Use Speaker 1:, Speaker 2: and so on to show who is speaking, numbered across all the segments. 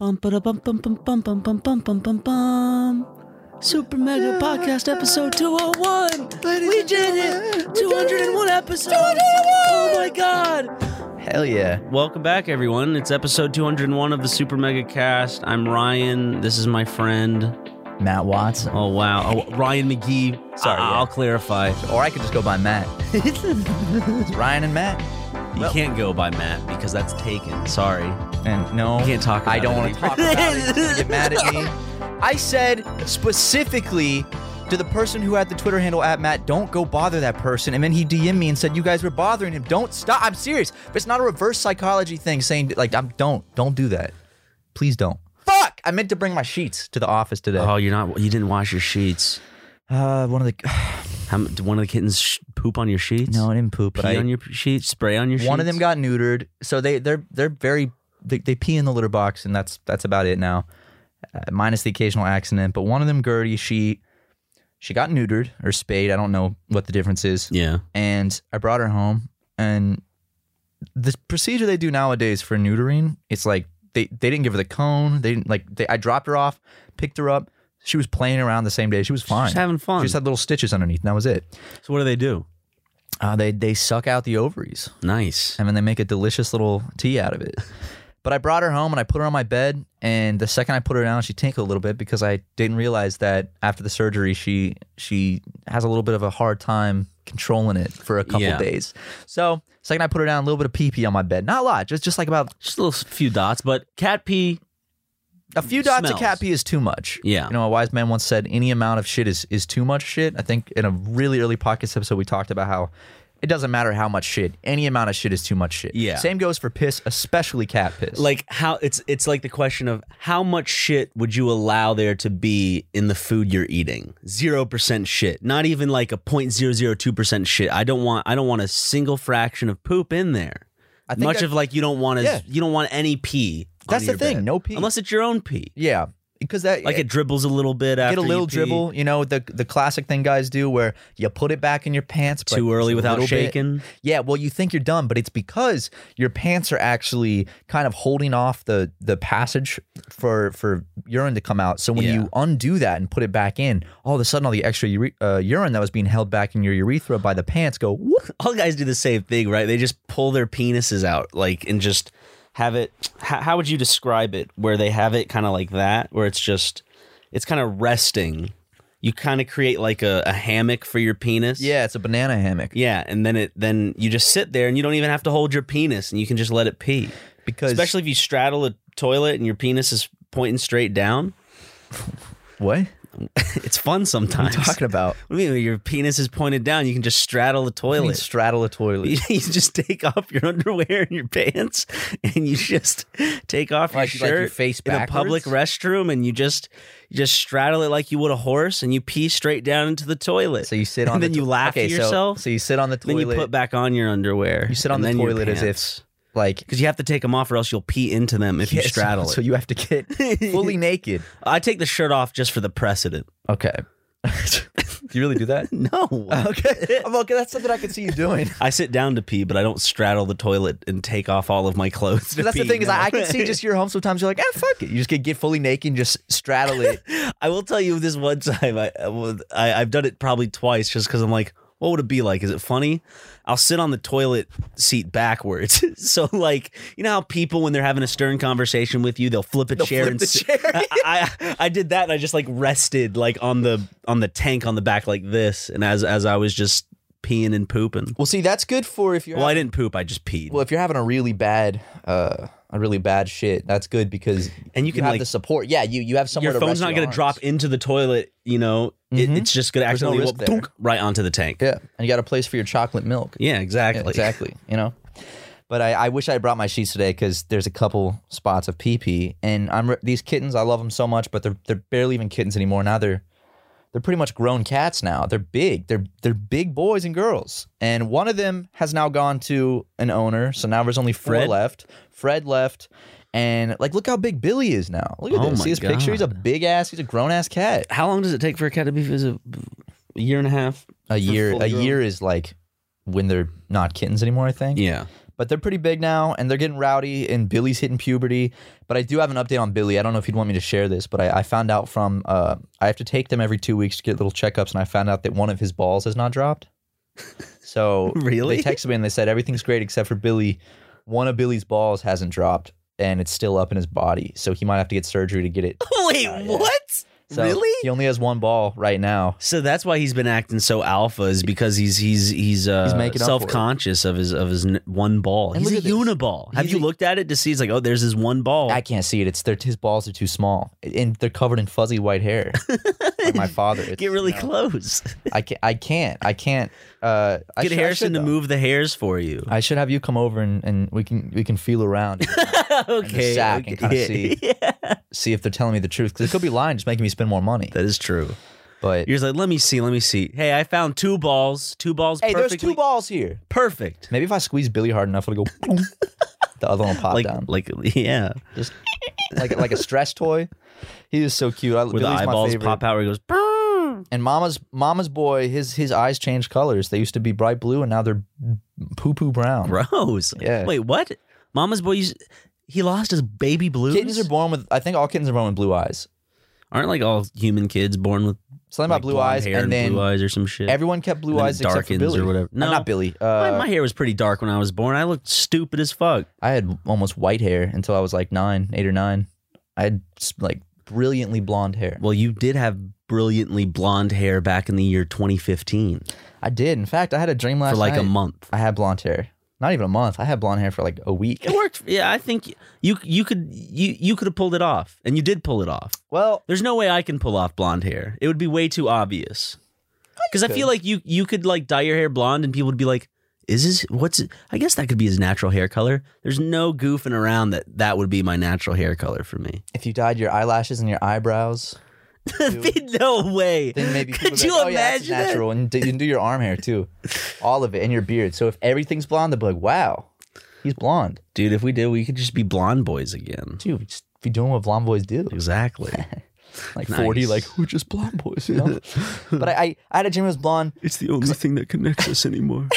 Speaker 1: Bum ba bum bum bum bum bum bum bum bum bum bum. Super Mega Podcast Episode 201.
Speaker 2: Ladies
Speaker 1: we did
Speaker 2: and gentlemen,
Speaker 1: it.
Speaker 2: we did
Speaker 1: 201 episodes. Oh my god.
Speaker 2: Hell yeah.
Speaker 3: Welcome back, everyone. It's episode 201 of the Super Mega Cast. I'm Ryan. This is my friend.
Speaker 2: Matt Watson.
Speaker 3: Oh, wow. Oh, Ryan McGee.
Speaker 2: Sorry,
Speaker 3: I-
Speaker 2: yeah.
Speaker 3: will clarify.
Speaker 2: Or I could just go by Matt. it's Ryan and Matt.
Speaker 3: You
Speaker 2: Well-
Speaker 3: can't go by Matt because that's taken. Sorry.
Speaker 2: And no,
Speaker 3: You can't talk about
Speaker 2: I don't
Speaker 3: it
Speaker 2: want to
Speaker 3: anymore.
Speaker 2: talk about it. You're gonna Get mad at me. I said specifically to the person who had the Twitter handle at Matt, don't go bother that person. And then he DM'd me and said, you guys were bothering him. Don't stop. I'm serious. But it's not a reverse psychology thing saying like, I'm don't, don't do that. Please don't. Fuck! I meant to bring my sheets to the office today.
Speaker 3: Oh, you're not. You didn't wash your sheets.
Speaker 2: Uh, one of the
Speaker 3: How, m- did one of the kittens sh- poop on your sheets?
Speaker 2: no, I didn't poop. But
Speaker 3: Pee
Speaker 2: I,
Speaker 3: on your p- sheets? Spray on your sheets?
Speaker 2: One of them got neutered, so they they're they're very they, they pee in the litter box, and that's that's about it now, uh, minus the occasional accident. But one of them, Gertie, she she got neutered or spayed. I don't know what the difference is.
Speaker 3: Yeah.
Speaker 2: And I brought her home, and the procedure they do nowadays for neutering, it's like they they didn't give her the cone. They didn't like they, I dropped her off, picked her up. She was playing around the same day. She was fine.
Speaker 3: Just having
Speaker 2: She
Speaker 3: fun.
Speaker 2: just had little stitches underneath, and that was it.
Speaker 3: so, what do they do?
Speaker 2: Uh, they they suck out the ovaries
Speaker 3: Nice.
Speaker 2: and then they make a delicious little tea out of it. But I brought her home and I put her on my bed, and the second I put her down, she tinkled a little bit because I didn't realize that after the surgery, she she has a little bit of a hard time controlling it for a couple
Speaker 3: Yeah.
Speaker 2: days. So second I put her down, a little bit of pee pee on my bed, not a lot, just just like about
Speaker 3: Just a little s- few dots, but cat pee.
Speaker 2: a few dots of
Speaker 3: Smells.
Speaker 2: cat pee is too much.
Speaker 3: Yeah.
Speaker 2: You know, a wise man once said, any amount of shit is, is too much shit. I think in a really early podcast episode, we talked about how it doesn't matter how much shit, any amount of shit is too much shit.
Speaker 3: Yeah.
Speaker 2: Same goes for piss, especially cat piss.
Speaker 3: like how it's it's like the question of how much shit would you allow there to be in the food you're eating? Zero percent shit. Not even like a point zero zero two percent shit. I don't want I don't want a single fraction of poop in there.
Speaker 2: I think
Speaker 3: Much
Speaker 2: I-
Speaker 3: of like you don't want is
Speaker 2: Yeah.
Speaker 3: you don't want any pee.
Speaker 2: That's
Speaker 3: on
Speaker 2: the
Speaker 3: your
Speaker 2: thing,
Speaker 3: bed.
Speaker 2: no pee.
Speaker 3: unless it's your own pee.
Speaker 2: yeah. Because that,
Speaker 3: Like it dribbles a little bit after
Speaker 2: get a
Speaker 3: you
Speaker 2: little
Speaker 3: pee.
Speaker 2: dribble, you know, the the classic thing guys do where you put it back in your pants but
Speaker 3: Too early
Speaker 2: just a
Speaker 3: without
Speaker 2: little bit.
Speaker 3: shaking?
Speaker 2: Yeah, well, you think you're done, but it's because your pants are actually kind of holding off the the passage for for urine to come out. So when
Speaker 3: Yeah.
Speaker 2: you undo that and put it back in, all of a sudden all the extra ure- uh, urine that was being held back in your urethra by the pants go whoop.
Speaker 3: All guys do the same thing, right? They just pull their penises out, like and just have it. How, how would you describe it? Where they have it kind of like that, where it's just it's kind of resting. You kind of create like a, a hammock for your penis.
Speaker 2: Yeah, it's a banana hammock
Speaker 3: yeah, and then it then you just sit there and you don't even have to hold your penis and you can just let it pee.
Speaker 2: because
Speaker 3: Especially if you straddle a toilet and your penis is pointing straight down,
Speaker 2: what
Speaker 3: it's fun sometimes.
Speaker 2: talking about.
Speaker 3: What do you mean? Your penis is pointed down. You can just straddle the
Speaker 2: I mean,
Speaker 3: toilet.
Speaker 2: straddle a toilet.
Speaker 3: you, you just take off your underwear and your pants and you just take off
Speaker 2: Like-
Speaker 3: your
Speaker 2: like
Speaker 3: shirt
Speaker 2: you face
Speaker 3: in a public restroom and you just you just straddle it like you would a horse and you pee straight down into the toilet.
Speaker 2: So you sit on
Speaker 3: and
Speaker 2: the
Speaker 3: then
Speaker 2: to-
Speaker 3: you laugh
Speaker 2: okay,
Speaker 3: at
Speaker 2: so-
Speaker 3: yourself.
Speaker 2: So, you sit on the
Speaker 3: then
Speaker 2: toilet.
Speaker 3: you put back on your underwear.
Speaker 2: You sit on the toilet as if- like
Speaker 3: because you have to take them off or else you'll pee into them if
Speaker 2: Yes,
Speaker 3: you straddle
Speaker 2: So
Speaker 3: it.
Speaker 2: you have to get fully naked.
Speaker 3: I take the shirt off just for the precedent.
Speaker 2: Okay. do you really do that?
Speaker 3: No.
Speaker 2: Okay. I'm okay. That's something I can see you doing.
Speaker 3: I sit down to pee, but I don't straddle the toilet and take off all of my clothes. to
Speaker 2: That's the
Speaker 3: pee,
Speaker 2: thing is I,
Speaker 3: no.
Speaker 2: I can see just your home. Sometimes you're like, ah, fuck it. You just get get fully naked and just straddle it.
Speaker 3: I will tell you this one time. I, I was- I have done it probably twice just because I'm like, what would it be like? Is it funny? I'll sit on the toilet seat backwards. so like, you know how people when they're having a stern conversation with you, they'll flip a chair
Speaker 2: flip
Speaker 3: and
Speaker 2: the
Speaker 3: sit-
Speaker 2: chair.
Speaker 3: I, I I did that and I just like rested like on the on the tank on the back like this, and as as I was just peeing and pooping.
Speaker 2: Well, see, that's good for if you're
Speaker 3: Well, I
Speaker 2: having,
Speaker 3: didn't poop. I just peed.
Speaker 2: well if you're having a really bad uh a really bad shit. That's good because
Speaker 3: And you can,
Speaker 2: have
Speaker 3: like-
Speaker 2: the support. Yeah, you you have somewhere.
Speaker 3: your
Speaker 2: to
Speaker 3: phone's
Speaker 2: rest
Speaker 3: not
Speaker 2: your
Speaker 3: going to
Speaker 2: arms.
Speaker 3: drop into the toilet. You know, It-
Speaker 2: Mhm.
Speaker 3: it's just going to
Speaker 2: There's no
Speaker 3: accidentally
Speaker 2: risk
Speaker 3: whoop,
Speaker 2: there.
Speaker 3: thunk, right onto the tank.
Speaker 2: Yeah, and you got a place for your chocolate milk.
Speaker 3: Yeah,
Speaker 2: Yeah,
Speaker 3: exactly.
Speaker 2: exactly. You know, but I, I wish I had brought my sheets today because there's a couple spots of pee pee, and I'm re- these kittens. I love them so much, but they're they're barely even kittens anymore. Now they're they're pretty much grown cats now. They're big. They're they're big boys and girls. And one of them has now gone to an owner, so now there's only four
Speaker 3: Fred?
Speaker 2: left. Fred left. And like, look how big Billy is now. Look at
Speaker 3: Oh
Speaker 2: this.
Speaker 3: my
Speaker 2: See his picture? He's a big ass. He's a grown ass cat.
Speaker 3: how long does it take for a cat to be is it a year and a half?
Speaker 2: A year.
Speaker 3: full
Speaker 2: A
Speaker 3: grown.
Speaker 2: year is like when they're not kittens anymore. I think.
Speaker 3: Yeah.
Speaker 2: but they're pretty big now and they're getting rowdy and Billy's hitting puberty. But I do have an update on Billy. I don't know if you'd want me to share this, but I, I found out from uh, I have to take them every two weeks to get little checkups, and I found out that one of his balls has not dropped. So
Speaker 3: Really?
Speaker 2: they texted me and they said everything's great except for Billy. One of Billy's balls hasn't dropped and it's still up in his body, so he might have to get surgery to get it.
Speaker 3: Wait, what?
Speaker 2: So
Speaker 3: really?
Speaker 2: He only has one ball right now.
Speaker 3: So that's why he's been acting so alpha is because he's he's he's uh
Speaker 2: He's making up for it.
Speaker 3: self-conscious of his of his n- one ball.
Speaker 2: And
Speaker 3: he's a
Speaker 2: look at this.
Speaker 3: uniball. Have
Speaker 2: He's
Speaker 3: you
Speaker 2: a-
Speaker 3: looked at it to see it's like oh there's his one ball.
Speaker 2: I can't see it. It's their his balls are too small, and they're covered in fuzzy white hair. like my father. It's,
Speaker 3: Get really
Speaker 2: no.
Speaker 3: close.
Speaker 2: I can't. I can't. I can't. Uh, I
Speaker 3: Get
Speaker 2: should- I
Speaker 3: Harrison
Speaker 2: should,
Speaker 3: to
Speaker 2: though.
Speaker 3: move the hairs for you.
Speaker 2: I should have you come over and, and we can we can feel around,
Speaker 3: okay.
Speaker 2: sack and kinda
Speaker 3: yeah.
Speaker 2: see.
Speaker 3: Yeah.
Speaker 2: see if they're telling me the truth. Because it could be lying, just making me spend more money.
Speaker 3: That is true.
Speaker 2: But
Speaker 3: You're just like, let me see, let me see. Hey, I found two balls. Two balls
Speaker 2: hey, there's
Speaker 3: perfectly
Speaker 2: two balls here.
Speaker 3: perfect.
Speaker 2: Maybe if I squeeze Billy hard enough, it'll go. boom. the other one will pop
Speaker 3: Like
Speaker 2: down,
Speaker 3: like yeah.
Speaker 2: just like like a stress toy. He is so cute. I,
Speaker 3: Where
Speaker 2: Billy's
Speaker 3: the
Speaker 2: my
Speaker 3: eyeballs
Speaker 2: favorite.
Speaker 3: pop out where he goes, "Brrr."
Speaker 2: And Mama's Mama's boy, his his eyes changed colors. They used to be bright blue, and now they're poo poo brown.
Speaker 3: gross.
Speaker 2: Yeah.
Speaker 3: Wait, what? Mama's boy used- he lost his baby blues.
Speaker 2: Kittens are born with. I think all kittens are born with blue eyes.
Speaker 3: Aren't like all human kids born with
Speaker 2: Something
Speaker 3: like,
Speaker 2: about blue
Speaker 3: blonde
Speaker 2: eyes,
Speaker 3: hair
Speaker 2: and then
Speaker 3: blue eyes or some shit?
Speaker 2: everyone kept blue
Speaker 3: And then
Speaker 2: eyes
Speaker 3: it
Speaker 2: except for
Speaker 3: darkens
Speaker 2: Billy
Speaker 3: or whatever.
Speaker 2: Uh,
Speaker 3: No.
Speaker 2: not Billy.
Speaker 3: my,
Speaker 2: Uh,
Speaker 3: my hair was pretty dark when I was born. I looked stupid as fuck.
Speaker 2: I had almost white hair until I was like nine, eight or nine. I had s- like brilliantly blonde hair.
Speaker 3: Well, you did have brilliantly blonde hair back in the year 2015
Speaker 2: I did. In fact, I had a dream last
Speaker 3: for like
Speaker 2: night.
Speaker 3: a month.
Speaker 2: I had blonde hair. Not even a month. I had blonde hair for like a week.
Speaker 3: It worked. Yeah, I think you you could you you could have pulled it off, and you did pull it off.
Speaker 2: Well,
Speaker 3: There's no way I can pull off blonde hair. It would be way too obvious. Because I feel
Speaker 2: could.
Speaker 3: like you you could like dye your hair blonde, and people would be like, "Is his what's? I guess that could be his natural hair color." There's no goofing around that that would be my natural hair color for me.
Speaker 2: if you dyed your eyelashes and your eyebrows,
Speaker 3: no way.
Speaker 2: then maybe people
Speaker 3: could
Speaker 2: be
Speaker 3: you
Speaker 2: like, oh, yeah, that's
Speaker 3: imagine that?
Speaker 2: natural. And d- you can do your arm hair too, all of it, and your beard. So if everything's blonde, they'll be like, wow, he's blonde.
Speaker 3: dude? If we did, we could just be blonde boys again.
Speaker 2: Dude, just be doing what blonde boys do.
Speaker 3: Exactly.
Speaker 2: Like
Speaker 3: Nice.
Speaker 2: 40, like, we're just blonde boys, you know? but I, I, I had a dream I was blonde.
Speaker 3: it's the only thing that connects us anymore.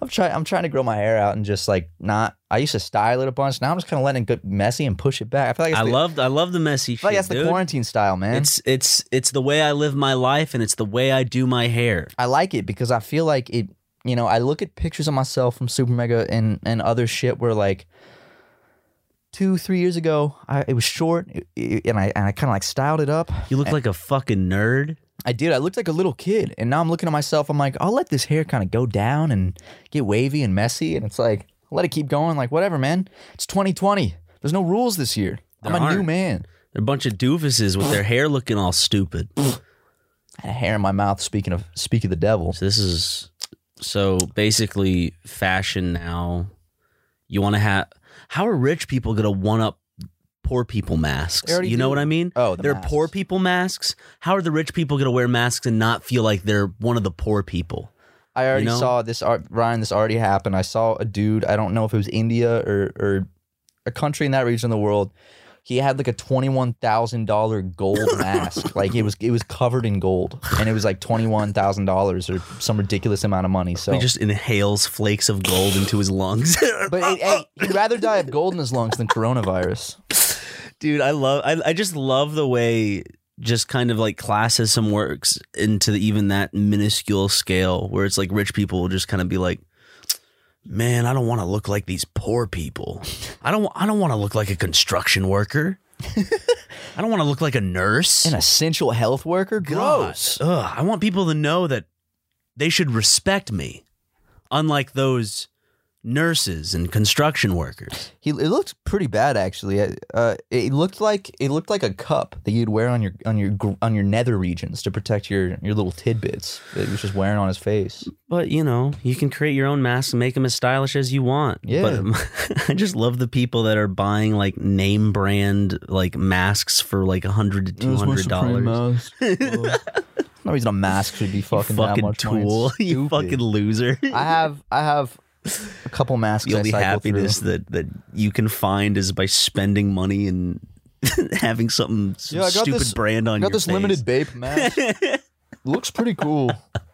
Speaker 2: I'm trying. I'm trying to grow my hair out and just like not. I used to style it a bunch. Now I'm just kind of letting it get messy and push it back. I feel like it's
Speaker 3: I
Speaker 2: the,
Speaker 3: love I love the messy
Speaker 2: I feel like
Speaker 3: shit,
Speaker 2: that's
Speaker 3: dude.
Speaker 2: the quarantine style, man.
Speaker 3: It's it's it's the way I live my life, and it's the way I do my hair.
Speaker 2: I like it because I feel like it. You know, I look at pictures of myself from Super Mega and and other shit where like two, three years ago, I it was short it- it- and I and I kind of like styled it up.
Speaker 3: You look like a fucking nerd.
Speaker 2: I did. I looked like a little kid, and now I'm looking at myself. I'm like, I'll let this hair kind of go down and get wavy and messy, and it's like, let it keep going. Like whatever, man. It's 2020. There's no rules this year. I'm
Speaker 3: There
Speaker 2: a new
Speaker 3: aren't.
Speaker 2: man.
Speaker 3: They're a bunch of doofuses with their hair looking all stupid.
Speaker 2: had a hair in my mouth. Speaking of speak of the devil,
Speaker 3: So this is so basically fashion now. You want to have how are rich people gonna one up poor people masks?
Speaker 2: They already
Speaker 3: You know
Speaker 2: do.
Speaker 3: what I mean?
Speaker 2: Oh, the
Speaker 3: they're
Speaker 2: masks.
Speaker 3: poor people masks. How are the rich people gonna wear masks and not feel like they're one of the poor people?
Speaker 2: I already
Speaker 3: You know?
Speaker 2: saw this. Art, Ryan, this already happened. I saw a dude. I don't know if it was India or or a country in that region of the world. He had like a twenty one thousand dollar gold mask. Like it was it was covered in gold, and it was like twenty one thousand dollars or some ridiculous amount of money. So.
Speaker 3: He just inhales flakes of gold into his lungs.
Speaker 2: but hey, hey, he'd rather die of gold in his lungs than coronavirus.
Speaker 3: dude i love I, I just love the way just kind of like classism works into the, even that minuscule scale where it's like rich people will just kind of be like man i don't want to look like these poor people i don't i don't want to look like a construction worker i don't want to look like a nurse
Speaker 2: An essential health worker?
Speaker 3: God.
Speaker 2: Gross.
Speaker 3: Ugh, i want people to know that they should respect me unlike those nurses and construction workers
Speaker 2: He it looked pretty bad actually. Uh, it looked like it looked like a cup that you'd wear on your on your gr- on your nether regions to protect your your little tidbits that he was just wearing on his face.
Speaker 3: But you know, you can create your own masks and make them as stylish as you want.
Speaker 2: Yeah.
Speaker 3: But um, I just love the people that are buying like name brand like masks for like a hundred to two hundred
Speaker 2: uh,
Speaker 3: dollars.
Speaker 2: no reason a mask should be fucking, that
Speaker 3: Fucking
Speaker 2: much money. It's
Speaker 3: tool, you
Speaker 2: stupid.
Speaker 3: fucking loser.
Speaker 2: I have I have a couple masks.
Speaker 3: the
Speaker 2: I
Speaker 3: only
Speaker 2: cycle
Speaker 3: happiness
Speaker 2: Through.
Speaker 3: that that you can find is by spending money and having something some
Speaker 2: Yeah, I got
Speaker 3: stupid
Speaker 2: this-
Speaker 3: brand on
Speaker 2: I
Speaker 3: your
Speaker 2: got this
Speaker 3: face.
Speaker 2: limited Bape Uh-huh. mask. Looks pretty cool.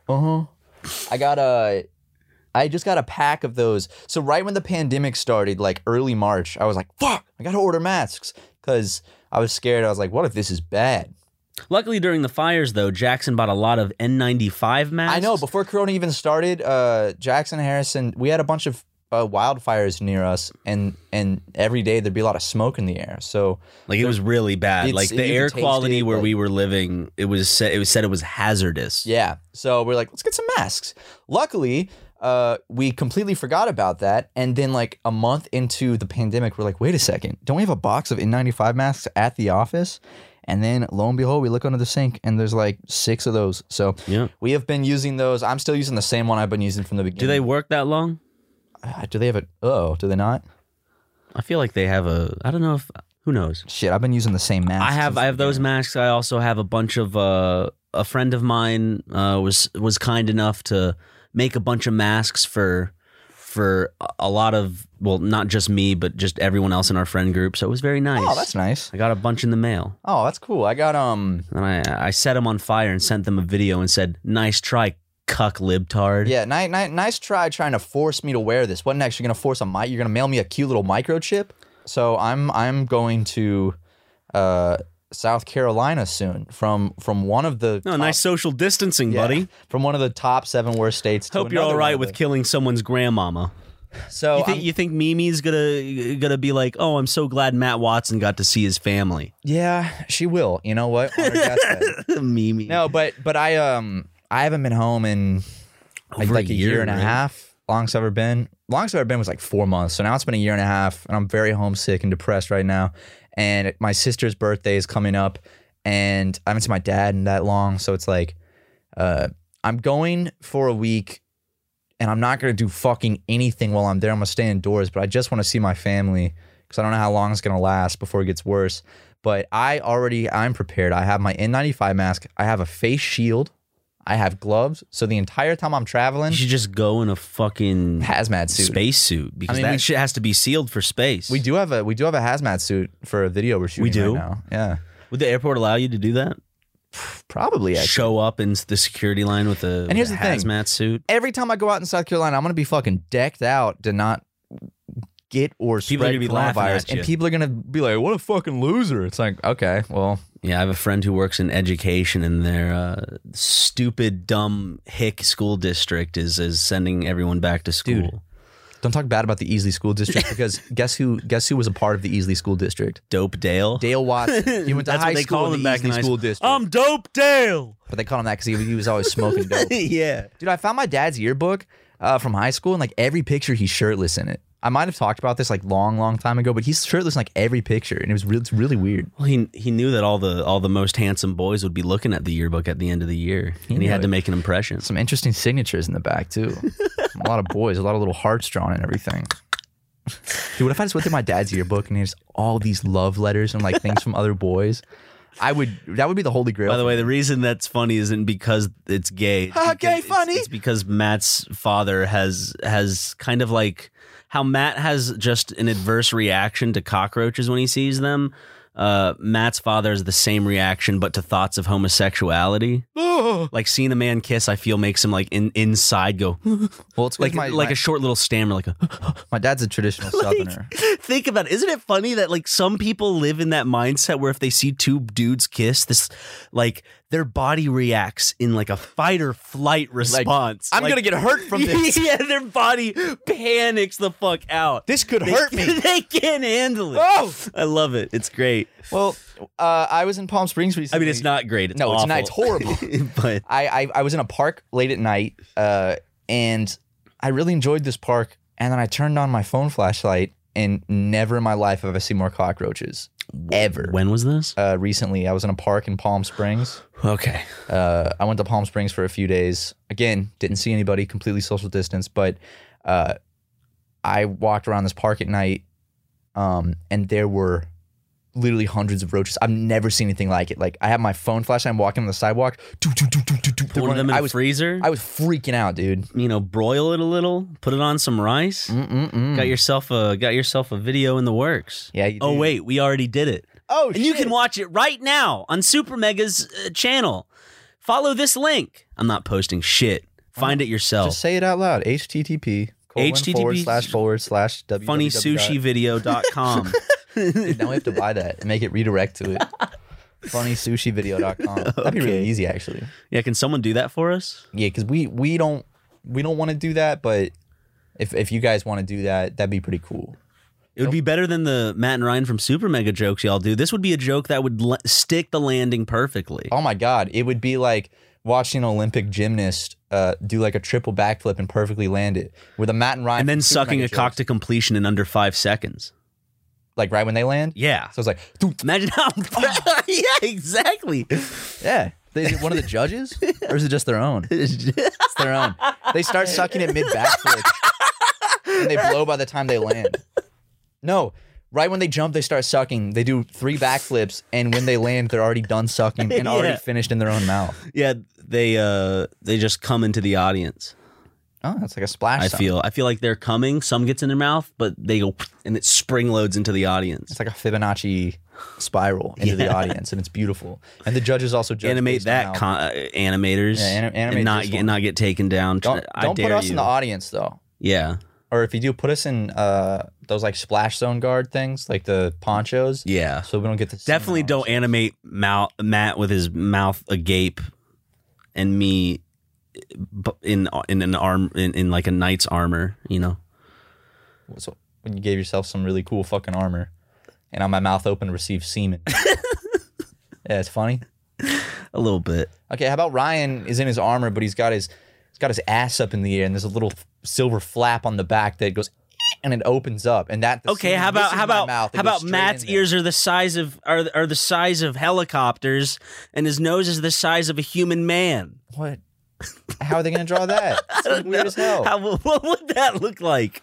Speaker 2: Uh huh. I got a. I just got a pack of those. So right when the pandemic started, like early March, I was like, fuck, I gotta order masks. Cause I was scared. I was like, what if this is bad?
Speaker 3: Luckily, during the fires, though, Jackson bought a lot of N95 masks.
Speaker 2: I know before Corona even started, uh, Jackson Harrison, we had a bunch of uh, wildfires near us, and and every day there'd be a lot of smoke in the air. So
Speaker 3: like it was really bad.
Speaker 2: It's-
Speaker 3: Like the
Speaker 2: you
Speaker 3: air
Speaker 2: can taste
Speaker 3: quality
Speaker 2: it,
Speaker 3: where
Speaker 2: like-
Speaker 3: we were living, it was said, it was said it was hazardous.
Speaker 2: yeah, so we're like, let's get some masks. Luckily, uh, we completely forgot about that, and then like a month into the pandemic, we're like, wait a second, don't we have a box of N95 masks at the office? And then lo and behold, we look under the sink, and there's like six of those. So
Speaker 3: Yeah.
Speaker 2: we have been using those. I'm still using the same one I've been using from the
Speaker 3: Do they
Speaker 2: beginning.
Speaker 3: work that long?
Speaker 2: they? Do they have a? Oh, do they not?
Speaker 3: I feel like they have a. I don't know if who knows.
Speaker 2: Shit, I've been using the same mask.
Speaker 3: I have
Speaker 2: since
Speaker 3: I
Speaker 2: the
Speaker 3: have those
Speaker 2: beginning.
Speaker 3: masks. I also have a bunch of uh, a friend of mine uh, was was kind enough to make a bunch of masks for for a- a lot of well not just me but just everyone else in our friend group. So it was very nice.
Speaker 2: Oh, that's nice.
Speaker 3: I got a bunch in the mail.
Speaker 2: Oh, that's cool. I got um.
Speaker 3: And I, I set them on fire and sent them a video and said, "Nice try, cuck libtard."
Speaker 2: Yeah, ni- ni- nice try trying to force me to wear this. What next? You're gonna force a mic? You're gonna mail me a cute little microchip? So I'm I'm going to uh, South Carolina soon from from one of the
Speaker 3: No,
Speaker 2: top-
Speaker 3: nice social distancing,
Speaker 2: yeah,
Speaker 3: buddy.
Speaker 2: from one of the top seven worst states. To
Speaker 3: Hope you're all
Speaker 2: another
Speaker 3: right
Speaker 2: one
Speaker 3: with
Speaker 2: of
Speaker 3: killing someone's grandmama.
Speaker 2: the- so
Speaker 3: you think
Speaker 2: I'm-
Speaker 3: you think Mimi's gonna gonna be like, oh, I'm so glad Matt Watson got to see his family.
Speaker 2: yeah, she will. You know what? On her deathbed.
Speaker 3: Mimi,
Speaker 2: no, but but I um I haven't been home in like,
Speaker 3: Over a
Speaker 2: like a year,
Speaker 3: year,
Speaker 2: and a
Speaker 3: right?
Speaker 2: half. Longest I've ever been. Longest I've ever been was like four months. So now it's been a year and a half, and I'm very homesick and depressed right now. And my sister's birthday is coming up, and I haven't seen my dad in that long. So it's like, uh, I'm going for a week, and I'm not gonna do fucking anything while I'm there. I'm gonna stay indoors, but I just want to see my family because I don't know how long it's gonna last before it gets worse. But I already I'm prepared. I have my N95 mask. I have a face shield. I have gloves. So the entire time I'm traveling,
Speaker 3: you should just go in a fucking
Speaker 2: hazmat suit.
Speaker 3: space suit because
Speaker 2: I mean,
Speaker 3: that
Speaker 2: we-
Speaker 3: shit has to be sealed for space.
Speaker 2: We do have a we do have a hazmat suit for a video we're shooting
Speaker 3: do?
Speaker 2: right now. Yeah,
Speaker 3: Would the airport allow you to do that?
Speaker 2: probably. Actually.
Speaker 3: Show up in the security line with a, with
Speaker 2: here's
Speaker 3: a
Speaker 2: the thing.
Speaker 3: hazmat suit.
Speaker 2: Every time I go out in South Carolina, I'm gonna be fucking decked out to not get or
Speaker 3: People are
Speaker 2: spread
Speaker 3: gonna be laughing
Speaker 2: coronavirus,
Speaker 3: at
Speaker 2: and
Speaker 3: you.
Speaker 2: people are gonna be like, "What a fucking loser!" It's like, okay, well,
Speaker 3: Yeah, I have a friend who works in education, and their uh, stupid, dumb, hick school district is is sending everyone back to school.
Speaker 2: don't talk bad about the Easley School District because guess who? Guess who was a part of the Easley School District?
Speaker 3: Dope Dale.
Speaker 2: Dale Watson. He went to
Speaker 3: That's what
Speaker 2: high
Speaker 3: they
Speaker 2: school
Speaker 3: called
Speaker 2: in
Speaker 3: him
Speaker 2: the
Speaker 3: back in
Speaker 2: Easley
Speaker 3: high
Speaker 2: School
Speaker 3: school. Um,
Speaker 2: District,
Speaker 3: I'm Dope Dale.
Speaker 2: but they called him that because he, he was always smoking dope.
Speaker 3: yeah.
Speaker 2: Dude, I found my dad's yearbook uh, from high school, and like every picture, he's shirtless in it. I might have talked about this like long, long time ago, but he's shirtless in like every picture, and it was really, it's really weird.
Speaker 3: Well, he he knew that all the all the most handsome boys would be looking at the yearbook at the end of the year, and he
Speaker 2: knew
Speaker 3: had
Speaker 2: it.
Speaker 3: to make an impression.
Speaker 2: Some interesting signatures in the back too. a lot of boys, a lot of little hearts drawn and everything. Dude, what if I just went through my dad's yearbook and there's all these love letters and like things from other boys? I would. That would be the holy grail.
Speaker 3: By the way, the reason that's funny isn't because it's Ah, gay. It's
Speaker 2: Ha,
Speaker 3: because-
Speaker 2: gay
Speaker 3: it's-
Speaker 2: funny.
Speaker 3: It's because Matt's father has has kind of like how Matt has just an adverse reaction to cockroaches when he sees them. Uh, Matt's father has the same reaction, but to thoughts of homosexuality.
Speaker 2: well,
Speaker 3: Like seeing a man kiss, I feel makes him like in, inside go
Speaker 2: it's
Speaker 3: like
Speaker 2: like my,
Speaker 3: like
Speaker 2: my,
Speaker 3: a short little stammer, like a.
Speaker 2: my dad's a traditional southerner.
Speaker 3: Think about it. Isn't it funny that like some people live in that mindset where if they see two dudes kiss, this like their body reacts in like a fight or flight response.
Speaker 2: I'm
Speaker 3: Like-
Speaker 2: gonna get hurt from this.
Speaker 3: yeah, their body panics the fuck out.
Speaker 2: This could
Speaker 3: They-
Speaker 2: hurt me.
Speaker 3: They can't handle it.
Speaker 2: Oh!
Speaker 3: I love it. It's great.
Speaker 2: Well, uh, I was in Palm Springs
Speaker 3: I
Speaker 2: recently.
Speaker 3: mean, it's not great. It's
Speaker 2: No, it's not. It's
Speaker 3: awful.
Speaker 2: horrible.
Speaker 3: but
Speaker 2: I, I I was in a park late at night, uh, and I really enjoyed this park. And then I turned on my phone flashlight, and never in my life have I seen more cockroaches ever.
Speaker 3: when was this?
Speaker 2: uh, recently, I was in a park in Palm Springs.
Speaker 3: Okay.
Speaker 2: Uh, I went to Palm Springs for a few days. Again, didn't see anybody, completely social distance, but uh, I walked around this park at night, um, and there were literally hundreds of roaches. I've never seen anything like it. Like I have my phone flashlight, I'm walking on the sidewalk. doo, doo, doo, doo, doo, doo, they're
Speaker 3: One of
Speaker 2: running-
Speaker 3: them in
Speaker 2: I
Speaker 3: the
Speaker 2: was
Speaker 3: freezer.
Speaker 2: I was freaking out, dude.
Speaker 3: you know, broil it a little. Put it on some rice.
Speaker 2: Mm. Mm-mm-mm.
Speaker 3: Got yourself a got yourself a video in the works.
Speaker 2: yeah. You
Speaker 3: Oh
Speaker 2: do.
Speaker 3: wait, we already did it.
Speaker 2: Oh,
Speaker 3: And you can watch it right now on Super Mega's uh, channel. Follow this link. I'm not posting shit. Find it yourself.
Speaker 2: Just say it out loud. HTTP. colon
Speaker 3: HTTP
Speaker 2: forward slash forward slash www.
Speaker 3: FunnySushiVideo.com.
Speaker 2: Dude, now we have to buy that and make it redirect to it. FunnySushiVideo.com. That'd be really
Speaker 3: Okay.
Speaker 2: easy, actually.
Speaker 3: yeah, can someone do that for us?
Speaker 2: Yeah, because we we don't we don't want to do that, but if if you guys want to do that, that'd be pretty cool.
Speaker 3: It would be better than the Matt and Ryan from Super Mega jokes y'all do. This would be a joke that would le- stick the landing perfectly.
Speaker 2: Oh my god, it would be like watching an Olympic gymnast uh, do like a triple backflip and perfectly land it with a Matt and Ryan
Speaker 3: and then
Speaker 2: from Super
Speaker 3: sucking
Speaker 2: Mega
Speaker 3: a
Speaker 2: Jokes,
Speaker 3: cock to completion in under five seconds.
Speaker 2: like right when they land.
Speaker 3: Yeah.
Speaker 2: So it's like, dude,
Speaker 3: Imagine how. yeah, exactly.
Speaker 2: yeah. Is it one of the judges, or is it just their own? It's their own. They start sucking it mid backflip, and they blow by the time they land. No, right when they jump, they start sucking. They do three backflips, and when they land, they're already done sucking and already
Speaker 3: Yeah.
Speaker 2: finished in their own mouth.
Speaker 3: yeah, they uh they just come into the audience.
Speaker 2: Oh, that's like a splash.
Speaker 3: I
Speaker 2: sound.
Speaker 3: feel I feel like they're coming. Some gets in their mouth, but they go and it spring loads into the audience.
Speaker 2: It's like a Fibonacci spiral into the
Speaker 3: Yeah.
Speaker 2: audience, and it's beautiful. And the judges also judge
Speaker 3: Animate
Speaker 2: based on
Speaker 3: that
Speaker 2: how-
Speaker 3: con- uh, animators
Speaker 2: Yeah, anim- animate
Speaker 3: and not
Speaker 2: this
Speaker 3: get
Speaker 2: one.
Speaker 3: not get taken down.
Speaker 2: Don't,
Speaker 3: I
Speaker 2: don't
Speaker 3: dare
Speaker 2: put us
Speaker 3: you.
Speaker 2: in the audience though.
Speaker 3: yeah
Speaker 2: Or if you do, put us in uh, those like splash zone guard things, like the ponchos.
Speaker 3: yeah.
Speaker 2: So we don't get to see
Speaker 3: Definitely
Speaker 2: them.
Speaker 3: don't animate Mal- Matt with his mouth agape, and me b- in in an arm in, in like a knight's armor. You know.
Speaker 2: So when you gave yourself some really cool fucking armor, and on my mouth open received semen. yeah, it's funny.
Speaker 3: A little bit.
Speaker 2: Okay, how about Ryan is in his armor, but he's got his he's got his ass up in the air, and there's a little silver flap on the back that goes, and it opens up, and that the
Speaker 3: Okay,
Speaker 2: semen
Speaker 3: how about
Speaker 2: misses
Speaker 3: how
Speaker 2: my
Speaker 3: about
Speaker 2: mouth. It
Speaker 3: how
Speaker 2: goes
Speaker 3: about
Speaker 2: straight
Speaker 3: Matt's
Speaker 2: in there.
Speaker 3: ears are the size of are are the size of helicopters, and his nose is the size of a human man.
Speaker 2: What? How are they gonna draw that? It's weird as hell.
Speaker 3: How, what would that look like?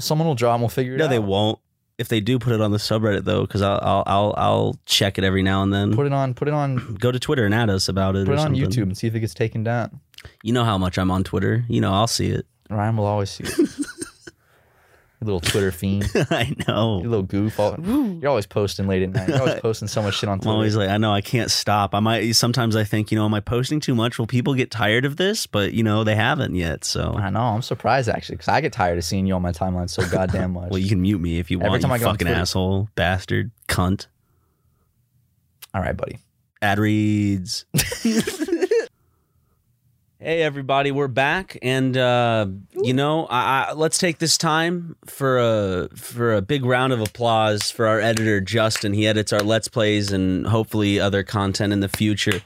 Speaker 2: Someone will draw and we'll figure it
Speaker 3: No,
Speaker 2: out.
Speaker 3: they won't. If they do put it on the subreddit though, because I'll, I'll I'll I'll check it every now and then.
Speaker 2: Put it on. Put it on.
Speaker 3: Go to Twitter and add us about it.
Speaker 2: Put
Speaker 3: or
Speaker 2: it on
Speaker 3: something.
Speaker 2: YouTube and see if it gets taken down.
Speaker 3: You know how much I'm on Twitter. You know I'll see it.
Speaker 2: Ryan will always see it. You little Twitter fiend.
Speaker 3: I
Speaker 2: You
Speaker 3: know.
Speaker 2: little goof. All- You're always posting late at night. You're always posting so much shit on
Speaker 3: I'm
Speaker 2: Twitter.
Speaker 3: always like, I know I can't stop. I might sometimes I think, you know, am I posting too much? Will people get tired of this? But you know they haven't yet. So
Speaker 2: I know. I'm surprised actually, because I get tired of seeing you on my timeline so goddamn much.
Speaker 3: Well, you can mute me if you
Speaker 2: Every
Speaker 3: want.
Speaker 2: time
Speaker 3: you
Speaker 2: I go on
Speaker 3: fucking
Speaker 2: Twitter-
Speaker 3: asshole, bastard, cunt,
Speaker 2: All right, buddy.
Speaker 3: ad reads. hey, everybody, we're back, and uh, you know, I, I, let's take this time for a for a big round of applause for our editor Justin. He edits our let's plays and hopefully other content in the future,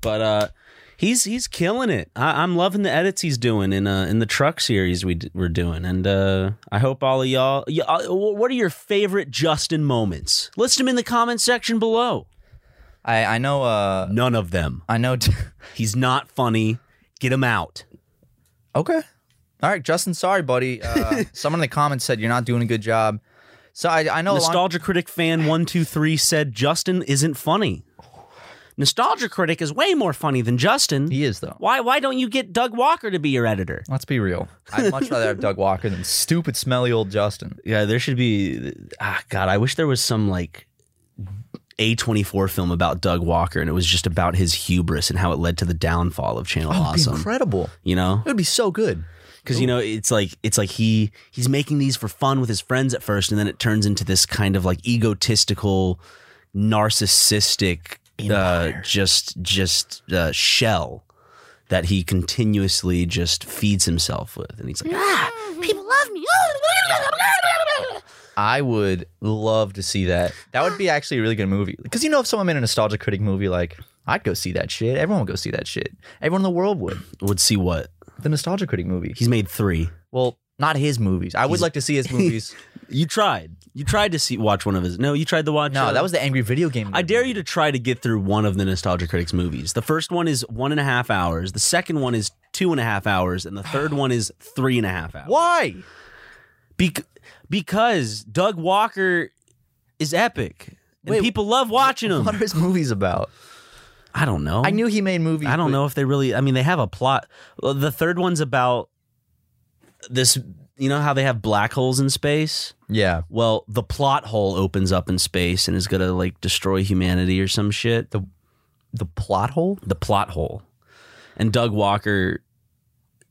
Speaker 3: but. uh He's he's killing it. I, I'm loving the edits he's doing in uh in the truck series we d- we're doing, and uh, I hope all of y'all. Y- uh, wh- what are your favorite Justin moments? List them in the comment section below.
Speaker 2: I I know. Uh,
Speaker 3: None of them.
Speaker 2: I know. T-
Speaker 3: He's not funny. Get him out.
Speaker 2: okay. All right, Justin. Sorry, buddy. Uh, someone in the comments said you're not doing a good job. So I I know. a lot-
Speaker 3: Nostalgia critic fan one two three said Justin isn't funny. Nostalgia critic is way more funny than Justin.
Speaker 2: he is though.
Speaker 3: Why why don't you get Doug Walker to be your editor?
Speaker 2: Let's be real. I'd much rather have Doug Walker than stupid, smelly old Justin.
Speaker 3: Yeah, there should be. Ah, God, I wish there was some like a twenty four film about Doug Walker, and it was just about his hubris and how it led to the downfall of Channel
Speaker 2: It'd be
Speaker 3: Awesome.
Speaker 2: incredible.
Speaker 3: You know,
Speaker 2: It would be so good.
Speaker 3: because you know it's like it's like he he's making these for fun with his friends at first, and then it turns into this kind of like egotistical, narcissistic, uh, just just uh, shell that he continuously just feeds himself with, and he's like, ah,
Speaker 2: Mm-hmm.
Speaker 3: people love me.
Speaker 2: I would love to see that. That would be actually a really good movie. Because you know, if someone made a nostalgia critic movie, like I'd go see that shit. Everyone would go see that shit. Everyone in the world would.
Speaker 3: Would see what
Speaker 2: The nostalgia critic movie.
Speaker 3: he's made three.
Speaker 2: Well, not his movies. I would like to see his movies.
Speaker 3: You tried. You tried to see watch one of his. No, you tried to watch.
Speaker 2: No,
Speaker 3: uh,
Speaker 2: that was the angry video game.
Speaker 3: I dare you to try to get through one of the Nostalgia Critics movies. The first one is one and a half hours. The second one is two and a half hours, and the third one is three and a half hours.
Speaker 2: Why?
Speaker 3: Bec- because Doug Walker is epic, and
Speaker 2: Wait,
Speaker 3: people love watching him.
Speaker 2: What are his movies about?
Speaker 3: I don't know.
Speaker 2: I knew he made movies.
Speaker 3: I don't
Speaker 2: but-
Speaker 3: know if they really. I mean, they have a plot. Well, The third one's about this. You know how they have black holes in space.
Speaker 2: Yeah,
Speaker 3: Well, the plot hole opens up in space and is gonna like destroy humanity or some shit. The
Speaker 2: the plot hole.
Speaker 3: the plot hole, and Doug Walker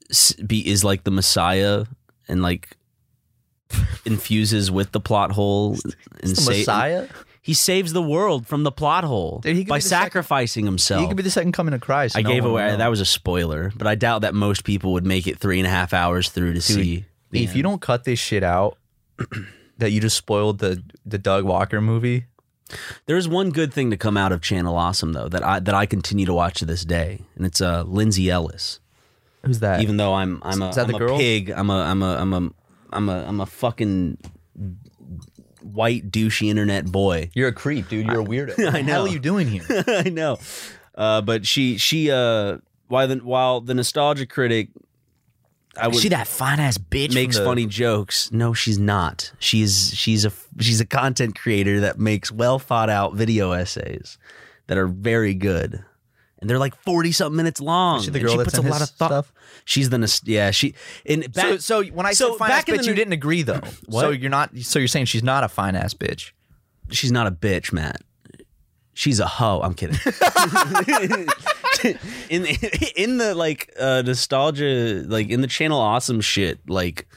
Speaker 3: s- be is like the Messiah and like infuses with the plot hole and
Speaker 2: The
Speaker 3: sa-
Speaker 2: Messiah.
Speaker 3: He saves the world from the plot hole
Speaker 2: Dude, he could
Speaker 3: by
Speaker 2: be the second-
Speaker 3: sacrificing himself.
Speaker 2: He could be the second coming of Christ.
Speaker 3: I
Speaker 2: No
Speaker 3: gave
Speaker 2: one
Speaker 3: away
Speaker 2: will know.
Speaker 3: that was a spoiler, but I doubt that most people would make it three and a half hours through to see. the
Speaker 2: if you
Speaker 3: end.
Speaker 2: don't cut this shit out, that you just spoiled the the Doug Walker movie.
Speaker 3: there is one good thing to come out of Channel Awesome though that I that I continue to watch to this day, and it's uh, Lindsay Ellis.
Speaker 2: Who's that?
Speaker 3: Even though I'm I'm a,
Speaker 2: Uh, Is that
Speaker 3: I'm
Speaker 2: the
Speaker 3: a
Speaker 2: girl?
Speaker 3: pig, I'm a I'm a I'm a I'm a I'm a fucking white douchey internet boy.
Speaker 2: you're a creep, dude. You're a weirdo.
Speaker 3: I
Speaker 2: What the hell
Speaker 3: know.
Speaker 2: are you doing here?
Speaker 3: I know. Uh, but she she uh while the while the nostalgia critic I would
Speaker 2: that fine ass bitch
Speaker 3: makes funny jokes. No, she's not. She's she's a she's a content creator that makes well thought out video essays that are very good. And they're like 40 something minutes long.
Speaker 2: Is she the
Speaker 3: and
Speaker 2: girl
Speaker 3: she
Speaker 2: that's
Speaker 3: puts
Speaker 2: in
Speaker 3: a
Speaker 2: his
Speaker 3: lot of thought.
Speaker 2: stuff?
Speaker 3: She's the nos- yeah, she and back,
Speaker 2: so, so when I
Speaker 3: so
Speaker 2: said fine
Speaker 3: back in
Speaker 2: ass bitch,
Speaker 3: the
Speaker 2: you
Speaker 3: new-
Speaker 2: didn't agree though.
Speaker 3: What?
Speaker 2: So you're not. So you're saying she's not a fine ass bitch.
Speaker 3: she's not a bitch, Matt. She's a hoe. I'm kidding. in in the like uh, nostalgia, like in the channel awesome shit, like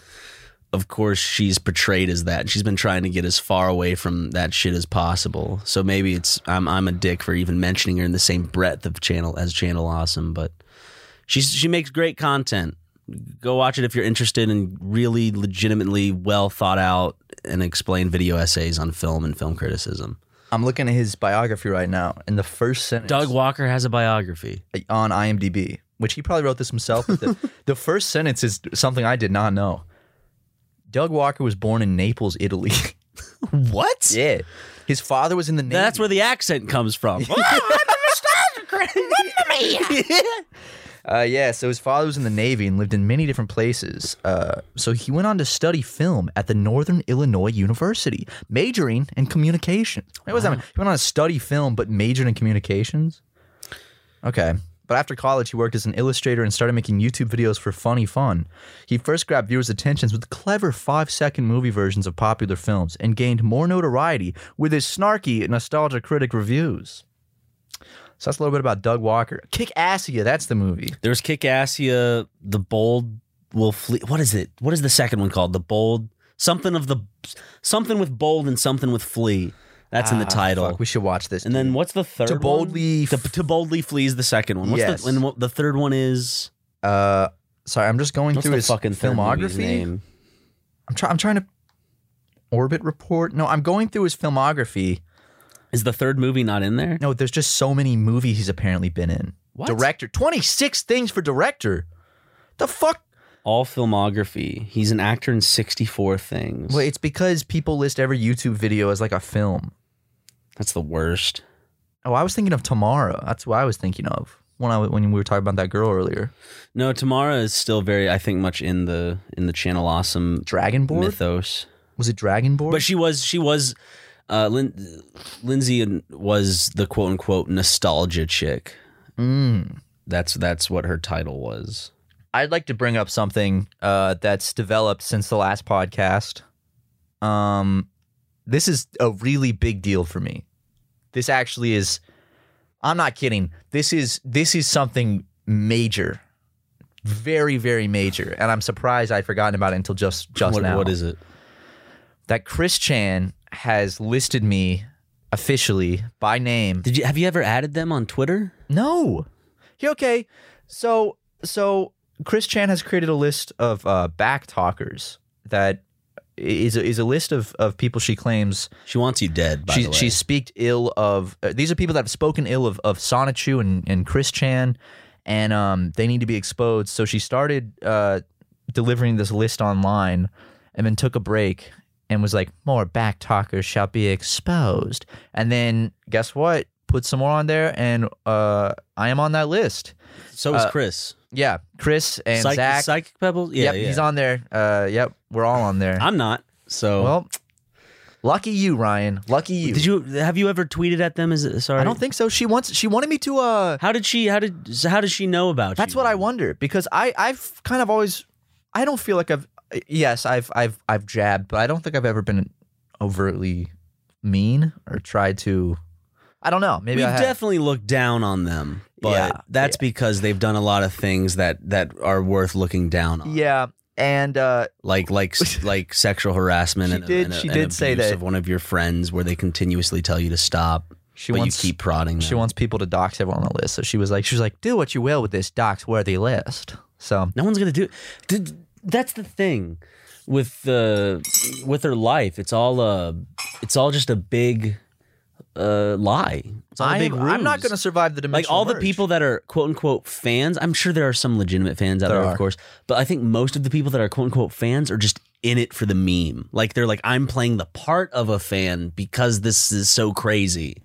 Speaker 3: of course she's portrayed as that. She's been trying to get as far away from that shit as possible. So maybe it's I'm I'm a dick for even mentioning her in the same breadth of channel as channel awesome, but she's she makes great content. Go watch it if you're interested in really legitimately well thought out and explained video essays on film and film criticism.
Speaker 2: I'm looking at his biography right now, and the first sentence
Speaker 3: Doug Walker has a biography.
Speaker 2: on IMDb, which he probably wrote this himself. But the, the first sentence is something I did not know. Doug Walker was born in Naples, Italy.
Speaker 3: What?
Speaker 2: yeah, his father was in the Navy.
Speaker 3: That's where the accent comes from.
Speaker 2: Uh, yeah, so his father was in the Navy and lived in many different places. Uh, so he went on to study film at the Northern Illinois University, majoring in communications. Wait, what does that mean? He went on to study film but majored in communications? Okay. But after college, he worked as an illustrator and started making YouTube videos for funny fun. He first grabbed viewers' attentions with clever five second movie versions of popular films and gained more notoriety with his snarky nostalgia critic reviews. So that's a little bit about Doug Walker. Kick Assia, that's the movie.
Speaker 3: There's Kick-Assia, The Bold Will Flee. What is it? What is the second one called? The Bold something of the something with bold and something with flea. That's in the
Speaker 2: Ah,
Speaker 3: title.
Speaker 2: fuck, we should watch this.
Speaker 3: and then what's the third?
Speaker 2: To boldly
Speaker 3: one? To, to boldly flee is the second one. What's
Speaker 2: Yes.
Speaker 3: the and what, the third one is
Speaker 2: dude. uh, sorry, I'm just going
Speaker 3: what's
Speaker 2: through
Speaker 3: the
Speaker 2: his
Speaker 3: fucking third movie's
Speaker 2: filmography.
Speaker 3: name?
Speaker 2: I'm trying. I'm trying to. Orbit Report. No, I'm going through his filmography.
Speaker 3: Is the third movie not in there?
Speaker 2: No, there's just so many movies he's apparently been in.
Speaker 3: What?
Speaker 2: Director. 26 things for director. The fuck?
Speaker 3: All filmography. He's an actor in 64 things.
Speaker 2: Well, it's because people list every YouTube video as like a film.
Speaker 3: That's the worst.
Speaker 2: Oh, I was thinking of Tomorrow. That's what I was thinking of when I when we were talking about that girl earlier.
Speaker 3: No, Tamara is still very, I think, much in the in the Channel Awesome
Speaker 2: Dragonborn.
Speaker 3: mythos.
Speaker 2: Was it Dragonborn?
Speaker 3: But she was she was uh, Lin- Lindsay was the quote unquote nostalgia chick.
Speaker 2: Mm.
Speaker 3: That's that's what her title was.
Speaker 2: I'd like to bring up something uh, that's developed since the last podcast. Um, this is a really big deal for me. This actually is. I'm not kidding. This is this is something major, very very major, and I'm surprised I'd forgotten about it until just just
Speaker 3: what,
Speaker 2: now.
Speaker 3: what is it?
Speaker 2: that? Chris Chan has listed me officially by name.
Speaker 3: Did you have you ever added them on Twitter?
Speaker 2: No. Yeah, okay. So so Chris Chan has created a list of uh, back talkers that is a, is a list of, of people she claims
Speaker 3: She wants you dead. By
Speaker 2: she
Speaker 3: the way,
Speaker 2: she speaked ill of. Uh, these are people that have spoken ill of of Sonichu and and Chris Chan, and um they need to be exposed. So she started uh delivering this list online, and then took a break and was like, more back talkers shall be exposed. And then guess what? Put some more on there, and uh I am on that list.
Speaker 3: so is
Speaker 2: uh,
Speaker 3: Chris.
Speaker 2: Yeah, Chris and
Speaker 3: Psych-
Speaker 2: Zach.
Speaker 3: Psychic Pebbles. Yeah,
Speaker 2: yep,
Speaker 3: yeah.
Speaker 2: he's on there. Uh, yep, we're all on there.
Speaker 3: I'm not. So
Speaker 2: well, lucky you, Ryan. Lucky you.
Speaker 3: Did you have you ever tweeted at them? Is sorry,
Speaker 2: I don't think so. She wants. She wanted me to. Uh,
Speaker 3: How did she? How did? so How does she know about?
Speaker 2: that's
Speaker 3: you?
Speaker 2: what I wonder because I. I've kind of always. I don't feel like I've. Yes, I've. I've. I've jabbed, but I don't think I've ever been overtly mean or tried to. I don't know. Maybe
Speaker 3: We've
Speaker 2: I have.
Speaker 3: definitely looked down on them. but
Speaker 2: Yeah,
Speaker 3: that's because they've done a lot of things that that are worth looking down on.
Speaker 2: Yeah, and uh,
Speaker 3: like like like sexual harassment.
Speaker 2: She
Speaker 3: and, a-
Speaker 2: did-
Speaker 3: and a-
Speaker 2: she
Speaker 3: and
Speaker 2: did say
Speaker 3: abuse
Speaker 2: that.
Speaker 3: of one of your friends, where they continuously tell you to stop,
Speaker 2: she
Speaker 3: but
Speaker 2: wants
Speaker 3: you keep prodding.
Speaker 2: she
Speaker 3: them.
Speaker 2: wants people to dox everyone on the list. So she was like, she was like, do what you will with this dox worthy list. So
Speaker 3: No one's gonna do it. Did, that's the thing with the with her life. It's all a it's all just a big uh, lie. It's all a
Speaker 2: I
Speaker 3: big
Speaker 2: am, I'm not
Speaker 3: ruse.
Speaker 2: going to survive the dimension.
Speaker 3: like all the people that are quote unquote fans. I'm sure there are some legitimate fans out
Speaker 2: There
Speaker 3: there,
Speaker 2: are.
Speaker 3: of course, but I think most of the people that are quote unquote fans are just in it for the meme. Like they're like, I'm playing the part of a fan because this is so crazy.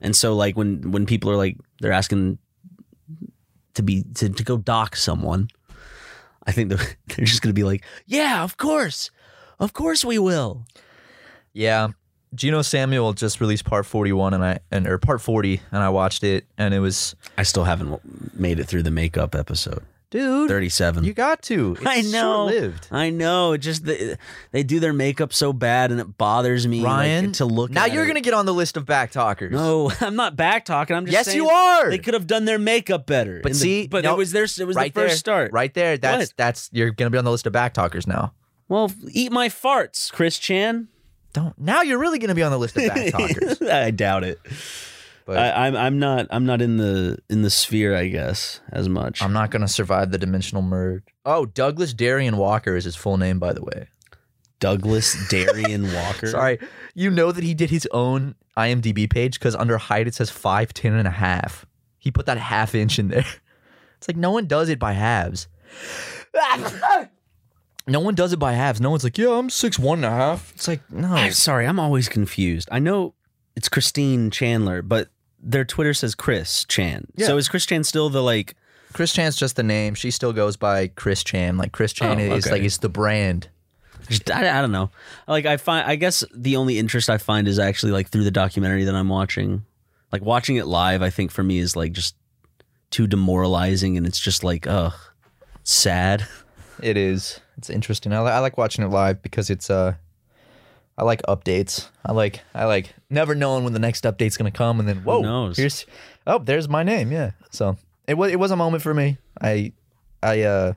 Speaker 3: And so like when when people are like they're asking to be to, to go dock someone, I think they're, they're just gonna be like, yeah, of course, of course we will.
Speaker 2: Yeah. Gino Samuel just released part 41 and I and or part 40 and I watched it and it was
Speaker 3: I still haven't w- made it through the makeup episode.
Speaker 2: dude,
Speaker 3: Thirty seven.
Speaker 2: you got to. It's
Speaker 3: I know.
Speaker 2: Short-lived.
Speaker 3: I know. It just they, they do their makeup so bad, and it bothers me. like,
Speaker 2: Ryan,
Speaker 3: to look.
Speaker 2: Now
Speaker 3: at
Speaker 2: you're
Speaker 3: it.
Speaker 2: going to get on the list of back talkers.
Speaker 3: No, I'm not back talking. I'm just
Speaker 2: Yes,
Speaker 3: saying
Speaker 2: you are.
Speaker 3: They could have done their makeup better.
Speaker 2: But
Speaker 3: in the-
Speaker 2: see,
Speaker 3: but
Speaker 2: no,
Speaker 3: it was their it was
Speaker 2: right
Speaker 3: the first
Speaker 2: there,
Speaker 3: start.
Speaker 2: Right there. That's
Speaker 3: What?
Speaker 2: that's you're going to be on the list of back talkers now.
Speaker 3: Well, eat my farts, Chris Chan.
Speaker 2: Don't. Now you're really going to be on the list of back talkers.
Speaker 3: I doubt it.
Speaker 2: But
Speaker 3: I, I'm I'm not I'm not in the in the sphere, I guess, as much.
Speaker 2: I'm not going to survive the dimensional merge. Oh, Douglas Darian Walker is his full name by the way.
Speaker 3: Douglas Darian Walker.
Speaker 2: Sorry. You know that he did his own IMDb page because under height it says 5'10 and a half. He put that half inch in there. It's like no one does it by halves. no one does it by halves. No one's like, yeah, I'm six one and a half. It's like, no.
Speaker 3: I'm sorry, I'm always confused. I know it's Christine Chandler, but their Twitter says Chris Chan.
Speaker 2: Yeah.
Speaker 3: So is Chris Chan still the like?
Speaker 2: Chris Chan's just the name. She still goes by Chris Chan. Like Chris Chan
Speaker 3: Oh,
Speaker 2: is
Speaker 3: okay.
Speaker 2: like it's the brand.
Speaker 3: just- I, I don't know. Like I find, I guess the only interest I find is actually like through the documentary that I'm watching. Like watching it live, I think for me is like just too demoralizing, and it's just like ugh, sad.
Speaker 2: It is. It's interesting. I, li- I like watching it live because it's uh I like updates. I like I like never knowing when the next update's gonna come and then whoa
Speaker 3: knows?
Speaker 2: here's oh there's my name yeah so it was it was a moment for me I I uh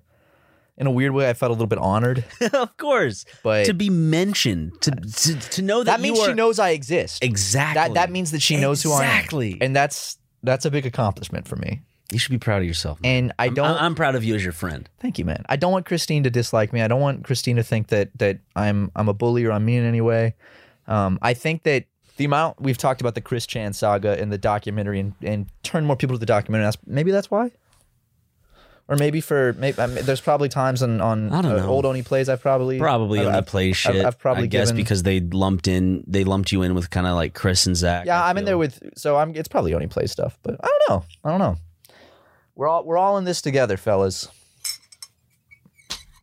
Speaker 2: in a weird way I felt a little bit honored
Speaker 3: of course,
Speaker 2: But-
Speaker 3: to be mentioned, to to, to know that,
Speaker 2: that means
Speaker 3: you
Speaker 2: she
Speaker 3: are-
Speaker 2: knows I exist
Speaker 3: exactly.
Speaker 2: that that means that she knows who I am
Speaker 3: Exactly.
Speaker 2: and that's that's a big accomplishment for me
Speaker 3: you should be proud of yourself. man.
Speaker 2: and I
Speaker 3: I'm-
Speaker 2: don't
Speaker 3: I'm, I'm proud of you as your friend.
Speaker 2: Thank you, man. I don't want Christine to dislike me. I don't want Christine to think that that I'm I'm a bully or I'm mean in any way. Um, I think that the amount we've talked about the Chris Chan saga and the documentary and, and turn more people to the documentary. That's, maybe that's why. Or maybe for maybe I mean, there's probably times on on
Speaker 3: I don't
Speaker 2: uh,
Speaker 3: know.
Speaker 2: old Oni plays I probably
Speaker 3: Probably
Speaker 2: I-
Speaker 3: on the
Speaker 2: I-
Speaker 3: play shit.
Speaker 2: I've probably
Speaker 3: I guess
Speaker 2: given-
Speaker 3: because they lumped in, they lumped you in with kind of like Chris and Zach.
Speaker 2: Yeah,
Speaker 3: I
Speaker 2: I'm in
Speaker 3: feel.
Speaker 2: there with so I'm it's probably Oni play stuff, but I don't know. I don't know. We're all we're all in this together, fellas.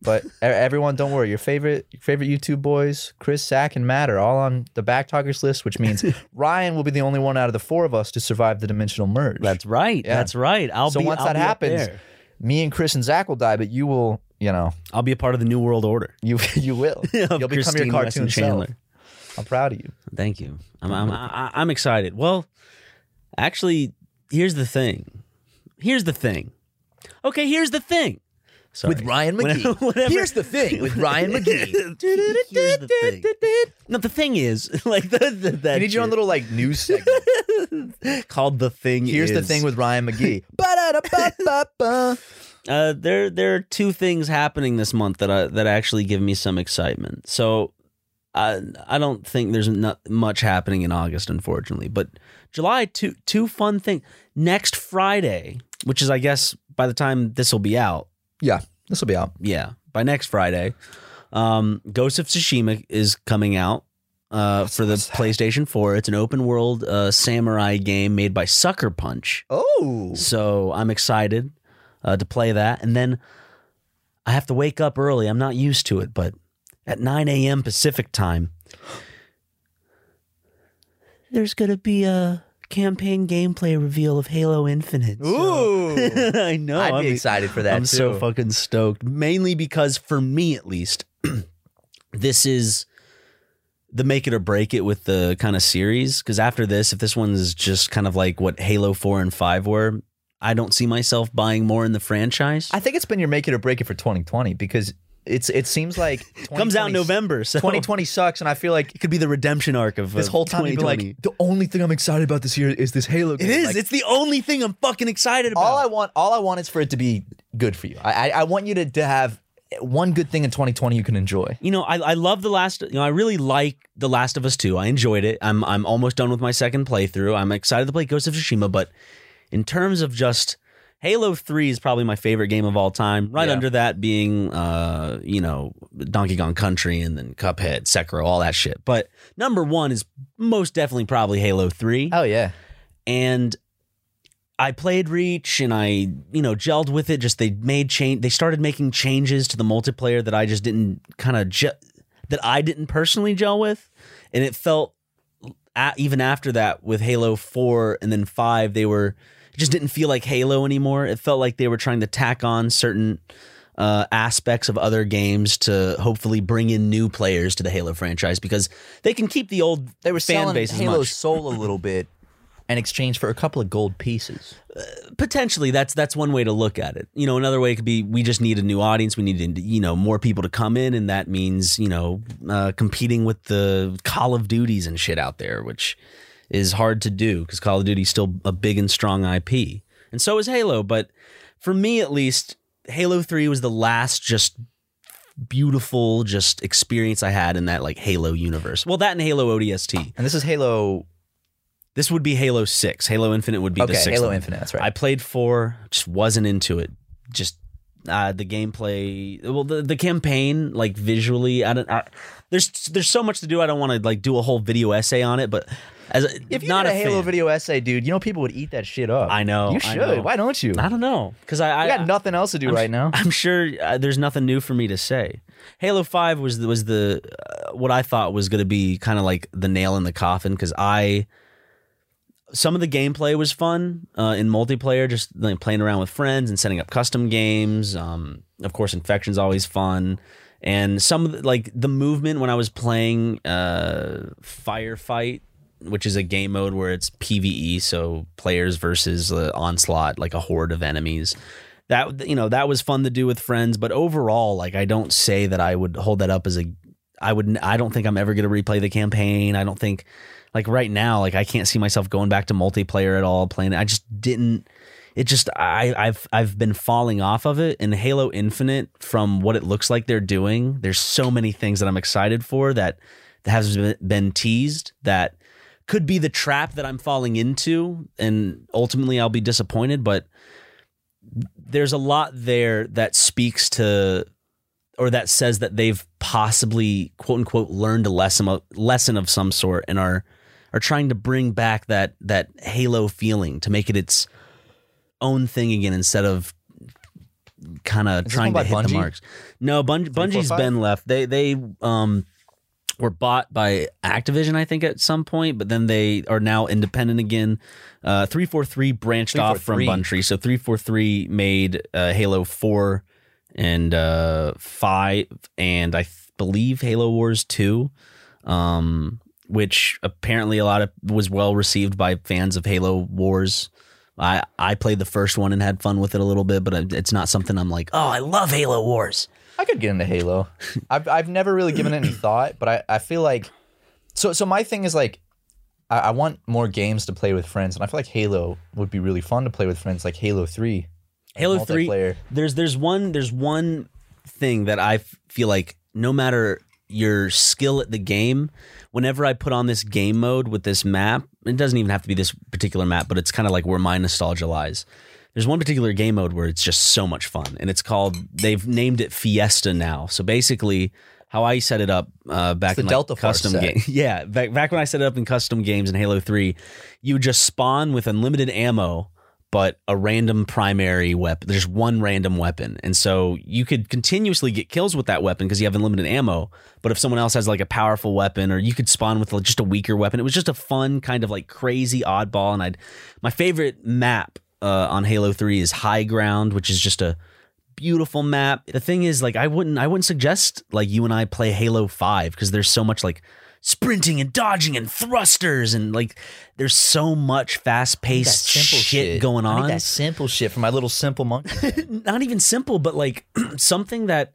Speaker 2: But e- everyone, don't worry. Your favorite your favorite YouTube boys, Chris, Zach, and Matt, are all on the backtalkers list, which means Ryan will be the only one out of the four of us to survive the dimensional merge.
Speaker 3: That's right.
Speaker 2: Yeah.
Speaker 3: That's right. I'll
Speaker 2: so
Speaker 3: be,
Speaker 2: once
Speaker 3: I'll
Speaker 2: that
Speaker 3: be up
Speaker 2: happens,
Speaker 3: there.
Speaker 2: me and Chris and Zach will die, but you will, you know,
Speaker 3: I'll be a part of the New World Order.
Speaker 2: you you will. You'll become
Speaker 3: Christine
Speaker 2: your
Speaker 3: Weston
Speaker 2: cartoon self. I'm proud of you.
Speaker 3: Thank you. I'm I'm, I- I'm excited. Well, actually, here's the thing. Here's the thing. Okay, here's the thing. Sorry.
Speaker 2: Ryan
Speaker 3: Whenever- whenever-
Speaker 2: thing with Ryan
Speaker 3: Here's the thing. No, the thing is like the, the, that.
Speaker 2: You need your own
Speaker 3: shit
Speaker 2: little like news segment.
Speaker 3: called the thing.
Speaker 2: Here's the
Speaker 3: is-
Speaker 2: thing with Ryan McGee.
Speaker 3: Uh, there there are two things happening this month that I, that actually give me some excitement. So I I don't think there's not much happening in August, unfortunately. But July two two fun thing next Friday, which is I guess by the time this will be out,
Speaker 2: yeah, this will be out.
Speaker 3: yeah, by next Friday, um, Ghost of Tsushima is coming out. Uh, for the PlayStation 4, it's an open world uh, samurai game made by Sucker Punch.
Speaker 2: Oh,
Speaker 3: So I'm excited uh, to play that. And then I have to wake up early. I'm not used to it, but at 9 a.m. Pacific time, there's going to be a campaign gameplay reveal of Halo Infinite. So-
Speaker 2: ooh!
Speaker 3: I know.
Speaker 2: I'd
Speaker 3: I'm-
Speaker 2: be excited for that
Speaker 3: I'm
Speaker 2: too.
Speaker 3: so fucking stoked. Mainly because for me at least, this is the make it or break it with the kind of series. Because after this, if this one's just kind of like what Halo 4 and 5 were, I don't see myself buying more in the franchise.
Speaker 2: I think it's been your make it or break it for 2020 because it's it seems like
Speaker 3: Comes out in
Speaker 2: 2020
Speaker 3: November, so
Speaker 2: 2020 sucks, and I feel like
Speaker 3: it could be the redemption arc of
Speaker 2: this
Speaker 3: uh,
Speaker 2: whole time you've been
Speaker 3: 2020.
Speaker 2: like, the only thing I'm excited about this year is this Halo. Game.
Speaker 3: It is.
Speaker 2: Like,
Speaker 3: it's the only thing I'm fucking excited about.
Speaker 2: all I want. All I want is for it to be good for you. I I, I want you to, to have one good thing in 2020 you can enjoy.
Speaker 3: you know, I, I love the last. You know, I really like the Last of Us Two. I enjoyed it. I'm I'm almost done with my second playthrough. I'm excited to play Ghost of Tsushima, but in terms of just Halo Three is probably my favorite game of all time. Right
Speaker 2: Yeah.
Speaker 3: under that being, uh, you know, Donkey Kong Country and then Cuphead, Sekiro, all that shit. But number one is most definitely probably Halo Three
Speaker 2: Oh yeah.
Speaker 3: and I played Reach and I, you know, gelled with it. Just they made change. They started making changes to the multiplayer that I just didn't kind of ge- that I didn't personally gel with, and it felt a even after that with Halo Four and then Five, they were it just didn't feel like Halo anymore. It felt like they were trying to tack on certain uh, aspects of other games to hopefully bring in new players to the Halo franchise because they can keep the old
Speaker 2: They were
Speaker 3: fan
Speaker 2: selling
Speaker 3: base as
Speaker 2: Halo
Speaker 3: much.
Speaker 2: Soul a little bit in exchange for a couple of gold pieces.
Speaker 3: potentially that's that's one way to look at it you know another way could be we just need a new audience we need you know more people to come in and that means you know uh, competing with the call of duties and shit out there which is hard to do because call of duty's still a big and strong ip and so is halo but for me at least halo 3 was the last just beautiful just experience i had in that like halo universe well that and halo odst
Speaker 2: And this is Halo.
Speaker 3: this would be halo 6 halo infinite would be
Speaker 2: Okay,
Speaker 3: the sixth
Speaker 2: Halo
Speaker 3: one.
Speaker 2: Infinite. That's right.
Speaker 3: I played four, just wasn't into it. Just uh, the gameplay, well, the, the campaign, like visually, I don't. I, there's there's so much to do. I don't want to like do a whole video essay on it, but as a,
Speaker 2: if you
Speaker 3: not
Speaker 2: did
Speaker 3: a
Speaker 2: a Halo
Speaker 3: fan.
Speaker 2: video essay, dude, you know people would eat that shit up.
Speaker 3: I know,
Speaker 2: You
Speaker 3: I
Speaker 2: should.
Speaker 3: know.
Speaker 2: Why don't you?
Speaker 3: I don't know because I,
Speaker 2: I
Speaker 3: I
Speaker 2: got nothing else to do right now.
Speaker 3: I'm sure uh, there's nothing new for me to say. Halo Five was the, was the uh, what I thought was going to be kind of like the nail in the coffin because I some of the gameplay was fun uh, in multiplayer, just like, playing around with friends and setting up custom games. Um, of course, Infection's always fun, and some of the, like the movement when I was playing uh, Firefight. Which is a game mode where it's PVE, so players versus uh, onslaught, like a horde of enemies that you know that was fun to do with friends but overall like i don't say that i would hold that up as a i would i don't think i'm ever going to replay the campaign i don't think like right now like i can't see myself going back to multiplayer at all playing it i just didn't it just i i've i've been falling off of it and halo infinite from what it looks like they're doing there's so many things that i'm excited for that that has been- been teased that could be the trap that i'm falling into and ultimately i'll be disappointed but there's a lot there that speaks to or that says that they've possibly quote unquote learned a lesson of, lesson of some sort and are are trying to bring back that that halo feeling to make it its own thing again instead of kind of
Speaker 2: this
Speaker 3: trying to
Speaker 2: one by
Speaker 3: hit
Speaker 2: Bungie?
Speaker 3: the marks. No, Bung- Bungie's
Speaker 2: 345?
Speaker 3: been left. They they um were bought by Activision, I think, at some point, but then they are now independent again. Uh, 343 branched off from
Speaker 2: 343.
Speaker 3: Bungie. So 343 made uh, Halo 4 and uh, 5, and I th- believe Halo Wars 2, um, which apparently a lot of was well received by fans of Halo Wars. I, I played the first one and had fun with it a little bit, but I- it's not something I'm like, oh, I love Halo Wars.
Speaker 2: I could get into Halo. I've I've never really given it any thought, but I, I feel like so so my thing is like I, I want more games to play with friends, and I feel like Halo would be really fun to play with friends, like Halo Three.
Speaker 3: Halo Three.
Speaker 2: multiplayer.
Speaker 3: There's there's one there's one thing that I f- feel like no matter your skill at the game, whenever I put on this game mode with this map, it doesn't even have to be this particular map, but it's kind of like where my nostalgia lies. There's one particular game mode where it's just so much fun, and it's called. They've named it Fiesta now. So basically, how I set it up uh, back
Speaker 2: the
Speaker 3: in like,
Speaker 2: Delta Force
Speaker 3: custom
Speaker 2: set.
Speaker 3: game, yeah, back back when I set it up in custom games in Halo Three, you would just spawn with unlimited ammo, but a random primary weapon. There's one random weapon, and so you could continuously get kills with that weapon because you have unlimited ammo. But if someone else has like a powerful weapon, or you could spawn with like, just a weaker weapon, it was just a fun kind of like crazy oddball. And I'd my favorite map uh, on Halo Three is High Ground, which is just a beautiful map. The thing is, like, I wouldn't, I wouldn't suggest like you and I play Halo Five because there's so much like sprinting and dodging and thrusters and like there's so much fast
Speaker 2: That
Speaker 3: paced
Speaker 2: simple
Speaker 3: shit,
Speaker 2: shit,
Speaker 3: going
Speaker 2: I need
Speaker 3: on.
Speaker 2: that simple shit for my little simple monkey.
Speaker 3: Not even simple, but like something that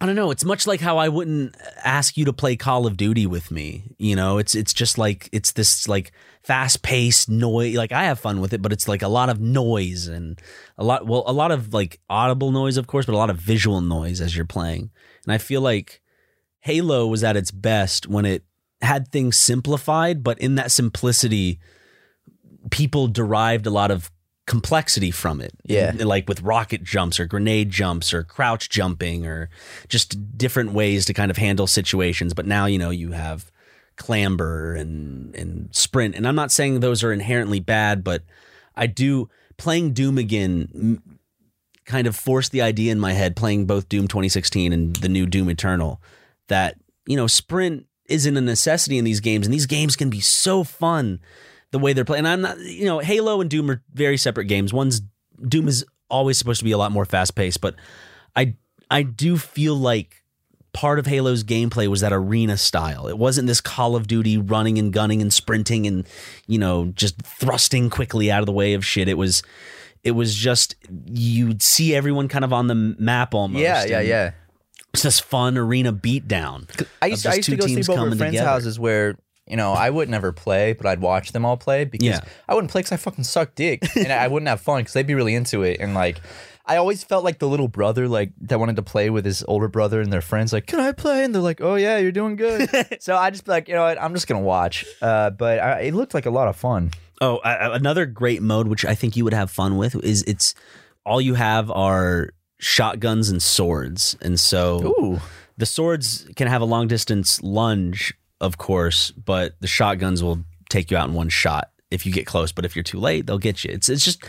Speaker 3: I don't know. It's much like how I wouldn't ask you to play Call of Duty with me. You know, it's it's just like it's this like fast paced noise. Like I have fun with it, but it's like a lot of noise and a lot well a lot of like audible noise, of course, but a lot of visual noise as you're playing. And I feel like Halo was at its best when it had things simplified, but in that simplicity, people derived a lot of complexity from it.
Speaker 2: Yeah.
Speaker 3: Like with rocket jumps or grenade jumps or crouch jumping or just different ways to kind of handle situations. But now, you know, you have clamber and and sprint. And I'm not saying those are inherently bad, but I do playing Doom again m- kind of forced the idea in my head playing both Doom 2016 and the new Doom Eternal that you know sprint isn't a necessity in these games and these games can be so fun the way they're playing. And I'm not you know Halo and Doom are very separate games. One's Doom is always supposed to be a lot more fast paced, but I I do feel like part of Halo's gameplay was that arena style. It wasn't this Call of Duty running and gunning and sprinting and you know just thrusting quickly out of the way of shit. It was it was just you'd see everyone kind of on the map almost.
Speaker 2: yeah, yeah,
Speaker 3: and
Speaker 2: yeah.
Speaker 3: It's this fun arena beatdown.
Speaker 2: I
Speaker 3: of
Speaker 2: used
Speaker 3: just
Speaker 2: to, I used
Speaker 3: two
Speaker 2: to go
Speaker 3: teams
Speaker 2: sleep over
Speaker 3: coming
Speaker 2: at friends'
Speaker 3: together.
Speaker 2: houses where you know I would never play, but I'd watch them all play because
Speaker 3: Yeah.
Speaker 2: I wouldn't play because I fucking sucked dick and I wouldn't have fun because they'd be really into it and like. I always felt like the little brother, like that wanted to play with his older brother and their friends. Like, can I play? And they're like, oh yeah, you're doing good. so I just be like, you know what? I'm just gonna watch. Uh, but I, it looked like a lot of fun.
Speaker 3: Oh, I, I- another great mode which I think you would have fun with is it's all you have are shotguns and swords, and so
Speaker 2: Ooh,
Speaker 3: the swords can have a long distance lunge, of course, but the shotguns will take you out in one shot if you get close. But if you're too late, they'll get you. It's it's just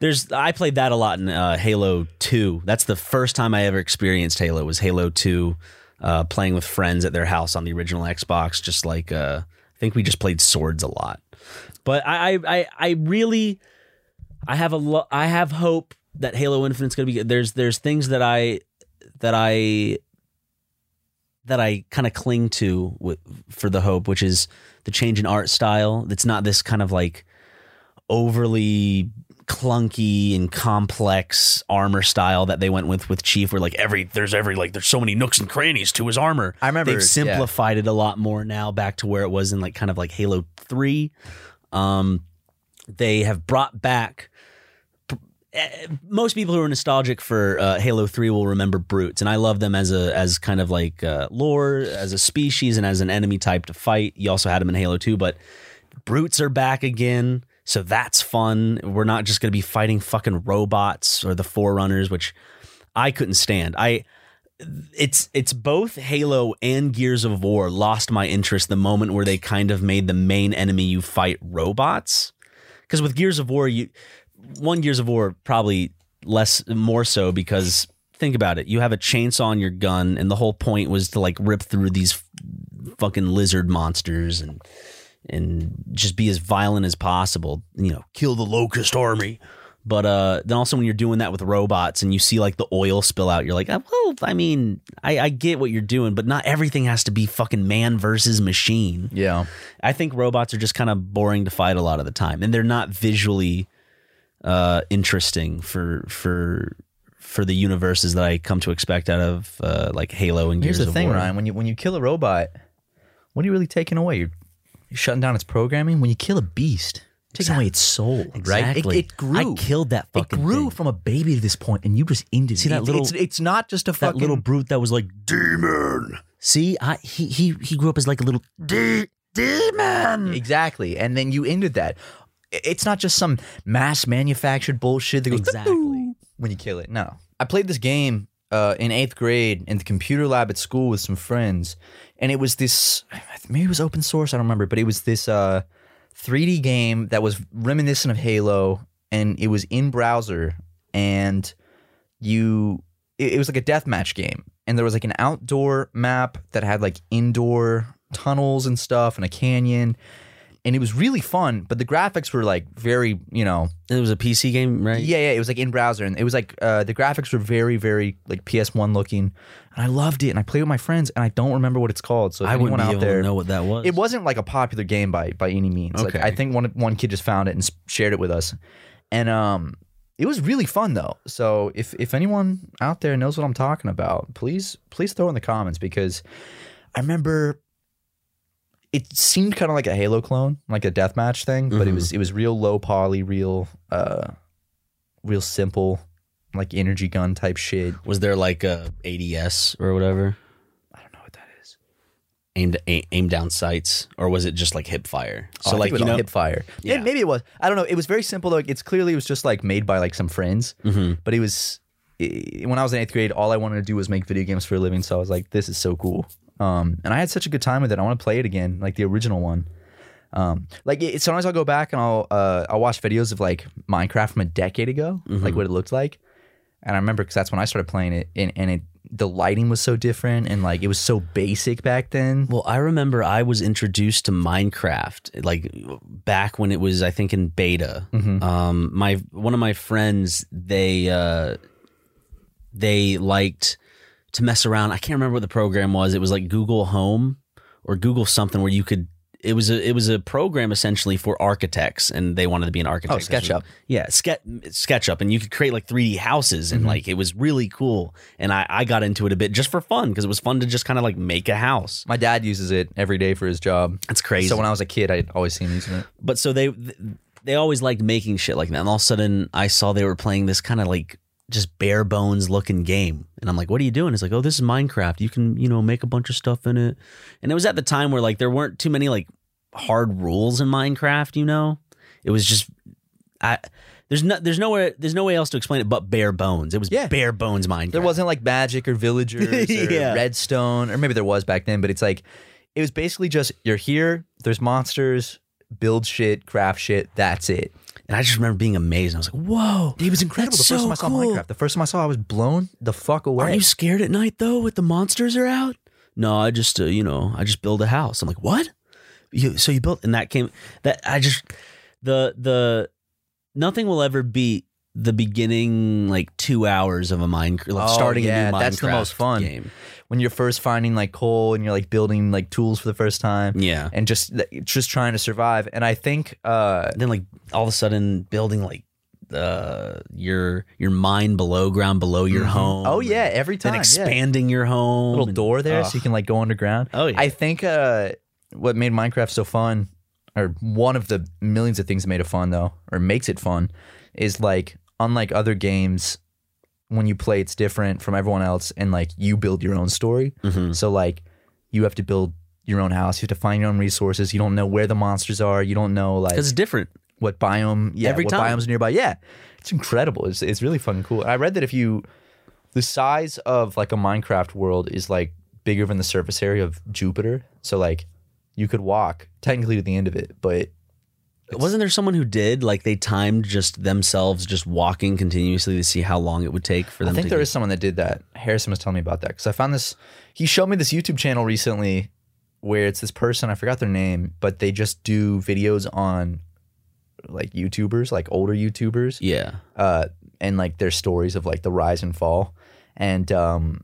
Speaker 3: there's I played that a lot in uh, Halo Two. That's the first time I ever experienced Halo was Halo Two, uh, playing with friends at their house on the original Xbox. Just like uh, I think we just played swords a lot, but I I I, I really. I have a lo- I have hope that Halo Infinite's going to be good. there's there's things that I that I that I kind of cling to wi- for the hope, which is the change in art style. It's not this kind of like overly clunky and complex armor style that they went with with Chief, where like every there's every like there's so many nooks and crannies to his armor.
Speaker 2: I remember,
Speaker 3: they've
Speaker 2: yeah.
Speaker 3: simplified it a lot more now, back to where it was in like kind of like Halo Three. Um, they have brought back eh, most people who are nostalgic for uh, Halo 3 will remember brutes and I love them as a as kind of like uh, lore as a species and as an enemy type to fight you also had them in Halo 2 but brutes are back again so that's fun we're not just going to be fighting fucking robots or the forerunners which I couldn't stand I it's it's both Halo and Gears of War lost my interest the moment where they kind of made the main enemy you fight robots because with Gears of War, you one Gears of War probably less more so because think about it, you have a chainsaw on your gun, and the whole point was to like rip through these f- fucking lizard monsters and and just be as violent as possible. You know, kill the locust army. But uh, then also when you're doing that with robots and you see like the oil spill out, you're like, "Ah, well, I mean, I, I get what you're doing, but not everything has to be fucking man versus machine.
Speaker 2: yeah.
Speaker 3: I think robots are just kind of boring to fight a lot of the time, and they're not visually uh, interesting for for for the universes that I come to expect out of uh, like Halo and
Speaker 2: Here's
Speaker 3: Gears
Speaker 2: the
Speaker 3: of
Speaker 2: thing,
Speaker 3: War.
Speaker 2: Ryan. When you when you kill a robot, what are you really taking away? You're, you're shutting down its programming. When you kill a beast, you're taking away its soul,
Speaker 3: Exactly.
Speaker 2: right? It, it
Speaker 3: I
Speaker 2: grew.
Speaker 3: killed that
Speaker 2: It
Speaker 3: fucking
Speaker 2: grew
Speaker 3: thing.
Speaker 2: from a baby to this point, and you just ended
Speaker 3: See
Speaker 2: it.
Speaker 3: that
Speaker 2: It's-
Speaker 3: little-
Speaker 2: It's, it's not just a
Speaker 3: that
Speaker 2: fucking
Speaker 3: little brute that was like demon. See, I he he he grew up as like a little de- demon.
Speaker 2: exactly. And then you ended that. I- It's not just some mass manufactured bullshit that goes
Speaker 3: Exactly.
Speaker 2: when you kill it. No. I played this game uh, in eighth grade in the computer lab at school with some friends, and it was this maybe it was open source, I don't remember, but it was this uh, 3D game that was reminiscent of Halo, and it was in browser, and you it, it was like a deathmatch game, and there was like an outdoor map that had like indoor tunnels and stuff and a canyon. and it was really fun, but the graphics were like very, you know,
Speaker 3: It was a PC game, right?
Speaker 2: yeah, yeah, it was like in browser, and it was like uh, the graphics were very, very like PS1 looking, and I loved it, and I played with my friends, and I don't remember what it's called. So if
Speaker 3: I wouldn't
Speaker 2: anyone
Speaker 3: be
Speaker 2: out
Speaker 3: able
Speaker 2: there,
Speaker 3: to know what that was.
Speaker 2: it wasn't like a popular game by by any means.
Speaker 3: Okay.
Speaker 2: Like I think one one kid just found it and s- shared it with us, and um, it was really fun though. So if if anyone out there knows what I'm talking about, please please throw in the comments because I remember it seemed kind of like a Halo clone, like a deathmatch thing, but it
Speaker 3: Mhm.
Speaker 2: was it was real low poly, real uh, real simple, like energy gun type shit.
Speaker 3: Was there like a ADS or whatever
Speaker 2: I don't know what that is.
Speaker 3: aimed a- aim down sights, or was it just like hip fire?
Speaker 2: Oh,
Speaker 3: so like
Speaker 2: I think it was
Speaker 3: you know,
Speaker 2: on hip fire.
Speaker 3: Yeah.
Speaker 2: Yeah. Maybe it was. I don't know. It was very simple though. It's clearly it was just like made by like some friends.
Speaker 3: Mhm.
Speaker 2: But it was i when I was in eighth grade, all I wanted to do was make video games for a living. So I was like, this is so cool. Um, and I had such a good time with it. I want to play it again, like the original one. Um, like it, sometimes I'll go back and I'll uh, I'll watch videos of like Minecraft from a decade ago,
Speaker 3: Mm-hmm.
Speaker 2: like what it looked like. And I remember because that's when I started playing it, and, and it the lighting was so different, and like it was so basic back then.
Speaker 3: Well, I remember I was introduced to Minecraft like back when it was, I think, in beta.
Speaker 2: Mm-hmm.
Speaker 3: Um, my one of my friends, they uh, they liked to mess around. I can't remember what the program was. It was like Google Home or Google something where you could. It was a it was a program essentially for architects, and they wanted to be an architect.
Speaker 2: Oh, SketchUp.
Speaker 3: Yeah, Ske- SketchUp, and you could create like 3D houses,
Speaker 2: Mm-hmm.
Speaker 3: and like it was really cool. And I, I got into it a bit just for fun because it was fun to just kind of like make a house.
Speaker 2: My dad uses it every day for his job.
Speaker 3: That's crazy.
Speaker 2: So when I was a kid, I'd always seen using it.
Speaker 3: but so they they always liked making shit like that. And all of a sudden, I saw they were playing this kind of like just bare bones looking game, and I'm like, "What are you doing?" It's like, "Oh, this is Minecraft. You can you know make a bunch of stuff in it." And it was at the time where like there weren't too many like hard rules in Minecraft. You know, it was just I. There's no, there's nowhere, there's no way else to explain it but bare bones. It was
Speaker 2: Yeah.
Speaker 3: bare bones Minecraft.
Speaker 2: There wasn't like magic or villagers or
Speaker 3: Yeah.
Speaker 2: redstone, or maybe there was back then, but it's like it was basically just you're here, there's monsters, build shit, craft shit, that's it.
Speaker 3: and I just remember being amazed. I was like, "Whoa,
Speaker 2: It was incredible.
Speaker 3: That's
Speaker 2: the first
Speaker 3: so
Speaker 2: time I saw
Speaker 3: cool.
Speaker 2: Minecraft, the first time I saw it, I was blown the fuck away.
Speaker 3: Aren't you scared at night though? With the monsters are out. No, I just uh, you know I just build a house. I'm like, what? You so you built and that came that I just the the nothing will ever beat the beginning like two hours of a Minecraft like
Speaker 2: Oh,
Speaker 3: starting a
Speaker 2: yeah,
Speaker 3: new Minecraft
Speaker 2: that's the most fun.
Speaker 3: game.
Speaker 2: when you're first finding like coal and you're like building like tools for the first time
Speaker 3: Yeah.
Speaker 2: and just just trying to survive. And I think uh
Speaker 3: then like all of a sudden building like uh your your mine below ground below your home.
Speaker 2: oh yeah, every
Speaker 3: Then
Speaker 2: time yeah.
Speaker 3: expanding your home.
Speaker 2: little
Speaker 3: and-
Speaker 2: door there so
Speaker 3: Ugh.
Speaker 2: you can like go underground.
Speaker 3: Oh, yeah.
Speaker 2: I think uh, what made Minecraft so fun, or one of the millions of things that made it fun though, or makes it fun, is like unlike other games, when you play, it's different from everyone else, and like you build your own story.
Speaker 3: Mhm.
Speaker 2: So like you have to build your own house, you have to find your own resources. You don't know where the monsters are. You don't know like
Speaker 3: 'Cause it's different.
Speaker 2: what biome yeah
Speaker 3: Every
Speaker 2: what
Speaker 3: time.
Speaker 2: biomes nearby yeah it's incredible it's, it's really fun and cool and i read that if you the size of like a minecraft world is like bigger than the surface area of jupiter so like you could walk technically to the end of it but
Speaker 3: Wasn't there someone who did like they timed just themselves just walking continuously to see how long it would take for
Speaker 2: i
Speaker 3: them?
Speaker 2: think
Speaker 3: to
Speaker 2: there
Speaker 3: get-
Speaker 2: is someone that did that harrison was telling me about that because i found this he showed me this youtube channel recently where it's this person i forgot their name but they just do videos on like youtubers like older youtubers
Speaker 3: Yeah,
Speaker 2: uh, and like their stories of like the rise and fall. And um,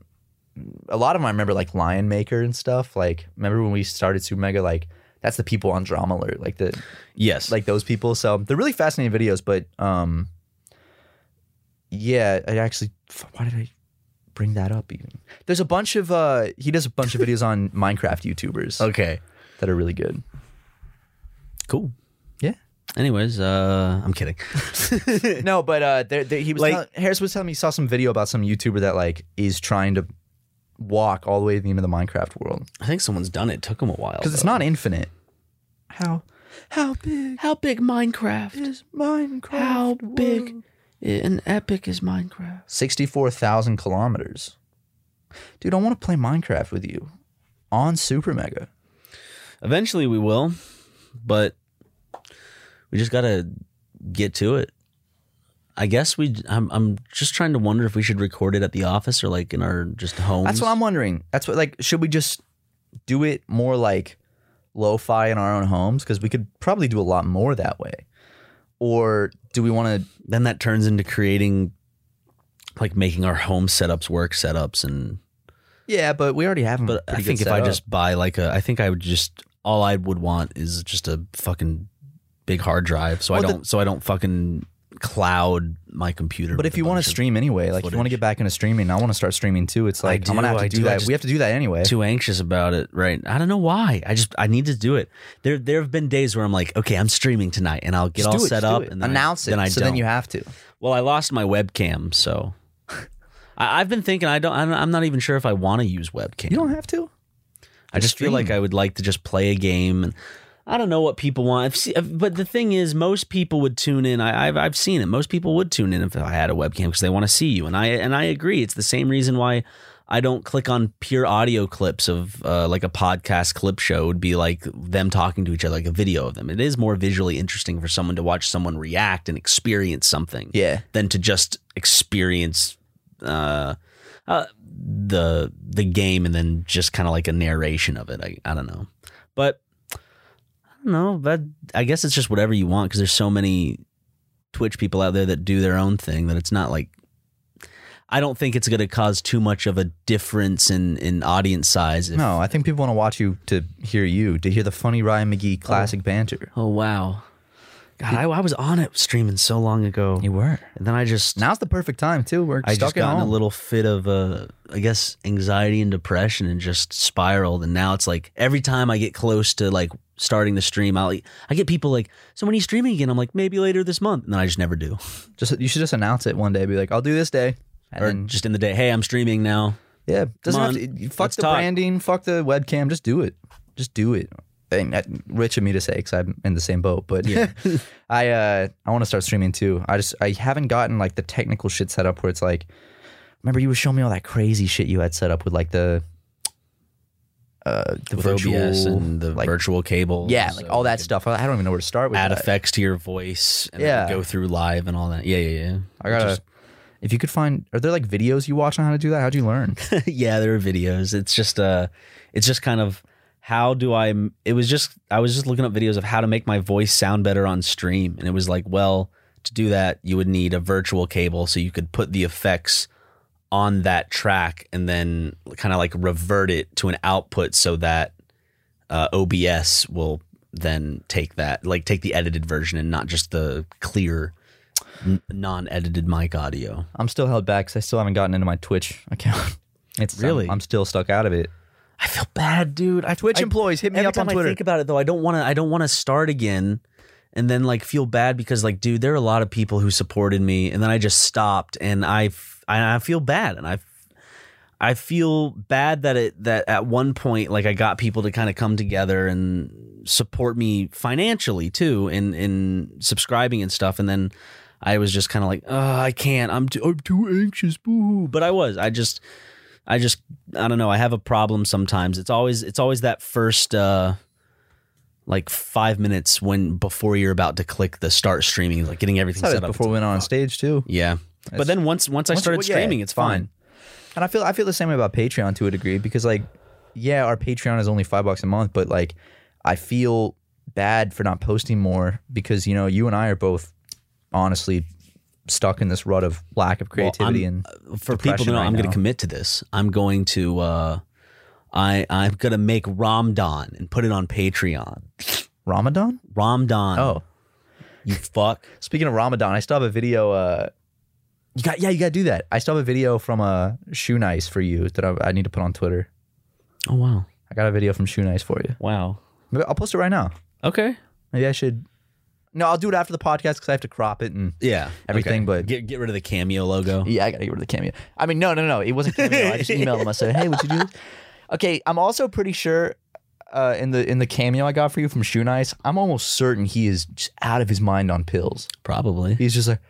Speaker 2: a lot of them I remember like Lion Maker and stuff. Like remember when we started Super Mega? Like that's the people on Drama Alert, like the
Speaker 3: yes,
Speaker 2: like those people. So they're really fascinating videos. But um, yeah, I actually f- why did I bring that up? Even there's a bunch of uh, he does a bunch of videos on Minecraft YouTubers
Speaker 3: okay,
Speaker 2: that are really good.
Speaker 3: cool.
Speaker 2: Yeah.
Speaker 3: Anyways, uh, I'm kidding.
Speaker 2: No, but uh, there, there, he was
Speaker 3: Like-
Speaker 2: tell- Harris was telling me he saw some video about some YouTuber that like is trying to walk all the way to the end of the Minecraft world
Speaker 3: I think someone's done it. Took them a while
Speaker 2: because it's
Speaker 3: though.
Speaker 2: not infinite. How how big
Speaker 1: How big Minecraft?
Speaker 2: is Minecraft?
Speaker 1: How big and epic is Minecraft?
Speaker 2: Sixty four thousand kilometers. Dude, I want to play Minecraft with you on Super Mega.
Speaker 3: Eventually, we will, but we just gotta get to it. I guess we. I'm. I'm just trying to wonder if we should record it at the office or like in our just home.
Speaker 2: That's what I'm wondering. That's what like should we just do it more like lo-fi in our own homes? Because we could probably do a lot more that way. Or do we want to?
Speaker 3: Then that turns into creating, like making our home setups work setups, and
Speaker 2: Yeah, but we already have them.
Speaker 3: but I
Speaker 2: Hmm. pretty good
Speaker 3: think if
Speaker 2: set
Speaker 3: I
Speaker 2: up.
Speaker 3: just buy like a, I think I would just all I would want is just a fucking big hard drive, so
Speaker 2: Well,
Speaker 3: I
Speaker 2: the-
Speaker 3: don't, so I don't fucking cloud my computer.
Speaker 2: But
Speaker 3: with
Speaker 2: if
Speaker 3: a
Speaker 2: you want
Speaker 3: bunch
Speaker 2: to
Speaker 3: of-
Speaker 2: stream anyway, like if you want
Speaker 3: footage.
Speaker 2: to get back into streaming, I want to start streaming too. It's
Speaker 3: I
Speaker 2: like I'm gonna
Speaker 3: do,
Speaker 2: have to
Speaker 3: I
Speaker 2: do
Speaker 3: do, I
Speaker 2: that.
Speaker 3: just-
Speaker 2: we have to do that anyway.
Speaker 3: too anxious about it right i don't know why i just i need to do it there there have been days where i'm like okay i'm streaming tonight and i'll get
Speaker 2: Just
Speaker 3: all
Speaker 2: do it,
Speaker 3: set
Speaker 2: just do
Speaker 3: up
Speaker 2: it.
Speaker 3: and then I-
Speaker 2: announce it.
Speaker 3: then i
Speaker 2: so
Speaker 3: don't.
Speaker 2: then you have to.
Speaker 3: well i lost my webcam so I, i've been thinking i don't I don't- i'm not even sure if i want to use webcam
Speaker 2: You don't have to.
Speaker 3: i just feel like i would like to just play a game and I don't know what people want, I've se- but the thing is, most people would tune in. I, I've I've seen it. Most people would tune in if I had a webcam because they want to see you, and I and I agree. It's the same reason why I don't click on pure audio clips of uh, like a podcast clip show. It would be like them talking to each other, like a video of them. It is more visually interesting for someone to watch someone react and experience something
Speaker 2: Yeah.
Speaker 3: than to just experience uh, uh, the the game and then just kind of like a narration of it. I, I don't know, but I don't know. That I guess it's just whatever you want because there's so many Twitch people out there that do their own thing that it's not like. I don't think it's going to cause too much of a difference in, in audience size. If,
Speaker 2: No, I think people want to watch you to hear you, to hear the funny Ryan McGee classic banter.
Speaker 3: Oh wow, God, I, I was on it streaming so long ago,
Speaker 2: were.
Speaker 3: and then I just
Speaker 2: Now's the perfect time too. We're
Speaker 3: I
Speaker 2: stuck
Speaker 3: just
Speaker 2: at
Speaker 3: got in a
Speaker 2: home.
Speaker 3: little fit of uh, I guess anxiety and depression and just spiraled and now it's like every time I get close to like starting the stream I'll e, I get people like so when are you streaming again I'm like maybe later this month and then I just never do
Speaker 2: just you should just announce it one day. Be like, I'll do this day. And
Speaker 3: or
Speaker 2: then,
Speaker 3: just in the day hey I'm streaming now
Speaker 2: yeah, doesn't
Speaker 3: come
Speaker 2: have
Speaker 3: on,
Speaker 2: to, fuck
Speaker 3: let's
Speaker 2: the
Speaker 3: talk.
Speaker 2: branding, fuck the webcam. Just do it. Just do it. And that, rich of me to say because I'm in the same boat, but I uh, I want to start streaming too. I just I haven't gotten like the technical shit set up where it's like, remember you were showing me all that crazy shit you had set up with like the uh the
Speaker 3: with
Speaker 2: virtual
Speaker 3: OBS and the
Speaker 2: like,
Speaker 3: virtual cable
Speaker 2: yeah like all that stuff. I don't even know where to start with.
Speaker 3: add
Speaker 2: that.
Speaker 3: effects to your voice and
Speaker 2: Yeah.
Speaker 3: yeah. go through live and all that yeah yeah yeah
Speaker 2: I gotta. if you could find, are there like videos you watch on how to do that? How'd you learn?
Speaker 3: yeah, there are videos. It's just uh it's just kind of how do I it was just I was just looking up videos of how to make my voice sound better on stream and it was like, well, to do that, you would need a virtual cable so you could put the effects on that track and then kind of like revert it to an output so that uh, OBS will then take that, like take the edited version and not just the clear, n- non-edited mic audio.
Speaker 2: I'm still held back because I still haven't gotten into my Twitch account. It's I'm-
Speaker 3: Really?
Speaker 2: I'm, still stuck out of it.
Speaker 3: I feel bad, dude. I
Speaker 2: Twitch
Speaker 3: I-
Speaker 2: employees, hit me
Speaker 3: every
Speaker 2: up on
Speaker 3: time
Speaker 2: Twitter.
Speaker 3: I think about it though, I don't want to. I don't want to start again, and then like feel bad because like, dude, there are a lot of people who supported me, and then I just stopped, and I f- and I feel bad, and I f- I feel bad that it that at one point like I got people to kind of come together and support me financially too, in in subscribing and stuff, and then. I was just kind of like, oh, I can't. I'm too, I'm too anxious. Boo. But I was. I just, I just, I don't know. I have a problem sometimes. It's always, it's always that first, uh, like five minutes when before you're about to click the start streaming, like getting everything
Speaker 2: That's
Speaker 3: set
Speaker 2: how
Speaker 3: up.
Speaker 2: before we went on stage too.
Speaker 3: yeah. But then once, once I
Speaker 2: Once-
Speaker 3: started
Speaker 2: well, yeah,
Speaker 3: streaming, it's fine.
Speaker 2: And I feel I feel the same way about Patreon to a degree because like, yeah, our Patreon is only five bucks a month, but like, I feel bad for not posting more because you know you and I are both honestly stuck in this rut of lack of creativity
Speaker 3: I'm-
Speaker 2: and
Speaker 3: Uh, for people to
Speaker 2: depression
Speaker 3: know,
Speaker 2: right
Speaker 3: I'm going
Speaker 2: now.
Speaker 3: to commit to this. I'm going to, uh, I, I'm going to make Ramdan and put it on Patreon.
Speaker 2: Ramadan.
Speaker 3: Ramdan.
Speaker 2: Oh,
Speaker 3: you fuck.
Speaker 2: Speaking of Ramadan, I still have a video. Uh, you got yeah, you got to do that. I still have a video from uh, Shoe Nice for you that I, I need to put on Twitter.
Speaker 3: Oh, wow.
Speaker 2: I got a video from Shoe Nice for you.
Speaker 3: Wow.
Speaker 2: Maybe I'll post it right now.
Speaker 3: Okay.
Speaker 2: Maybe I should. No, I'll do it after the podcast because I have to crop it and
Speaker 3: Yeah.
Speaker 2: everything. But
Speaker 3: Get get rid of the cameo logo.
Speaker 2: yeah, I gotta get rid of the cameo. I mean, no, no, no, it wasn't cameo. I just emailed him. I said, hey, would you do this? Okay, I'm also pretty sure. Uh, in the in the cameo I got for you from Shoe Nice, I'm almost certain he is just out of his mind on pills.
Speaker 3: Probably.
Speaker 2: He's just like,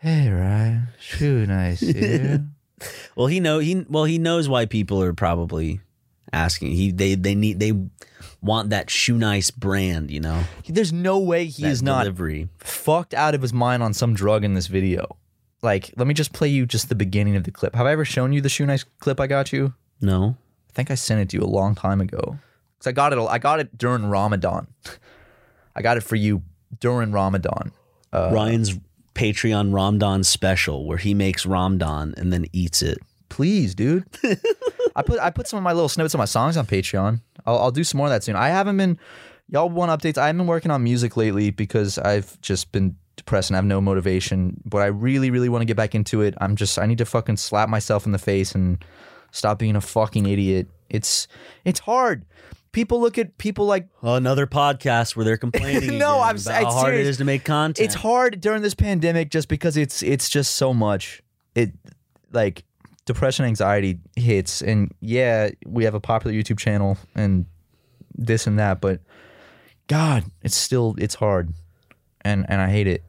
Speaker 2: "Hey Ryan, Shoe Nice here."
Speaker 3: Well, he know he well he knows why people are probably asking. He they they need they want that shoe nice brand. You know,
Speaker 2: There's no way he
Speaker 3: That
Speaker 2: is not
Speaker 3: delivery.
Speaker 2: fucked out of his mind on some drug in this video. Like, let me just play you just the beginning of the clip. Have I ever shown you the shoe nice clip I got you?
Speaker 3: No,
Speaker 2: I think I sent it to you a long time ago. because I got it. I got it during Ramadan. I got it for you during Ramadan.
Speaker 3: Uh, Ryan's Patreon Ramadan special where he makes Ramadan and then eats it.
Speaker 2: Please, dude. I put I put some of my little snippets of my songs on Patreon. I'll, I'll do some more of that soon. I haven't been y'all want updates. I haven't been working on music lately because I've just been depressed and I have no motivation. But I really, really want to get back into it. I'm just I need to fucking slap myself in the face and stop being a fucking idiot. It's it's hard. People look at people like
Speaker 3: Another podcast where they're complaining.
Speaker 2: No,
Speaker 3: again
Speaker 2: I'm s-
Speaker 3: about how
Speaker 2: it's
Speaker 3: hard
Speaker 2: serious.
Speaker 3: it is to make content.
Speaker 2: it's hard during this pandemic just because it's it's just so much it like depression anxiety hits and yeah we have a popular youtube channel and this and that but god it's still it's hard and and i hate it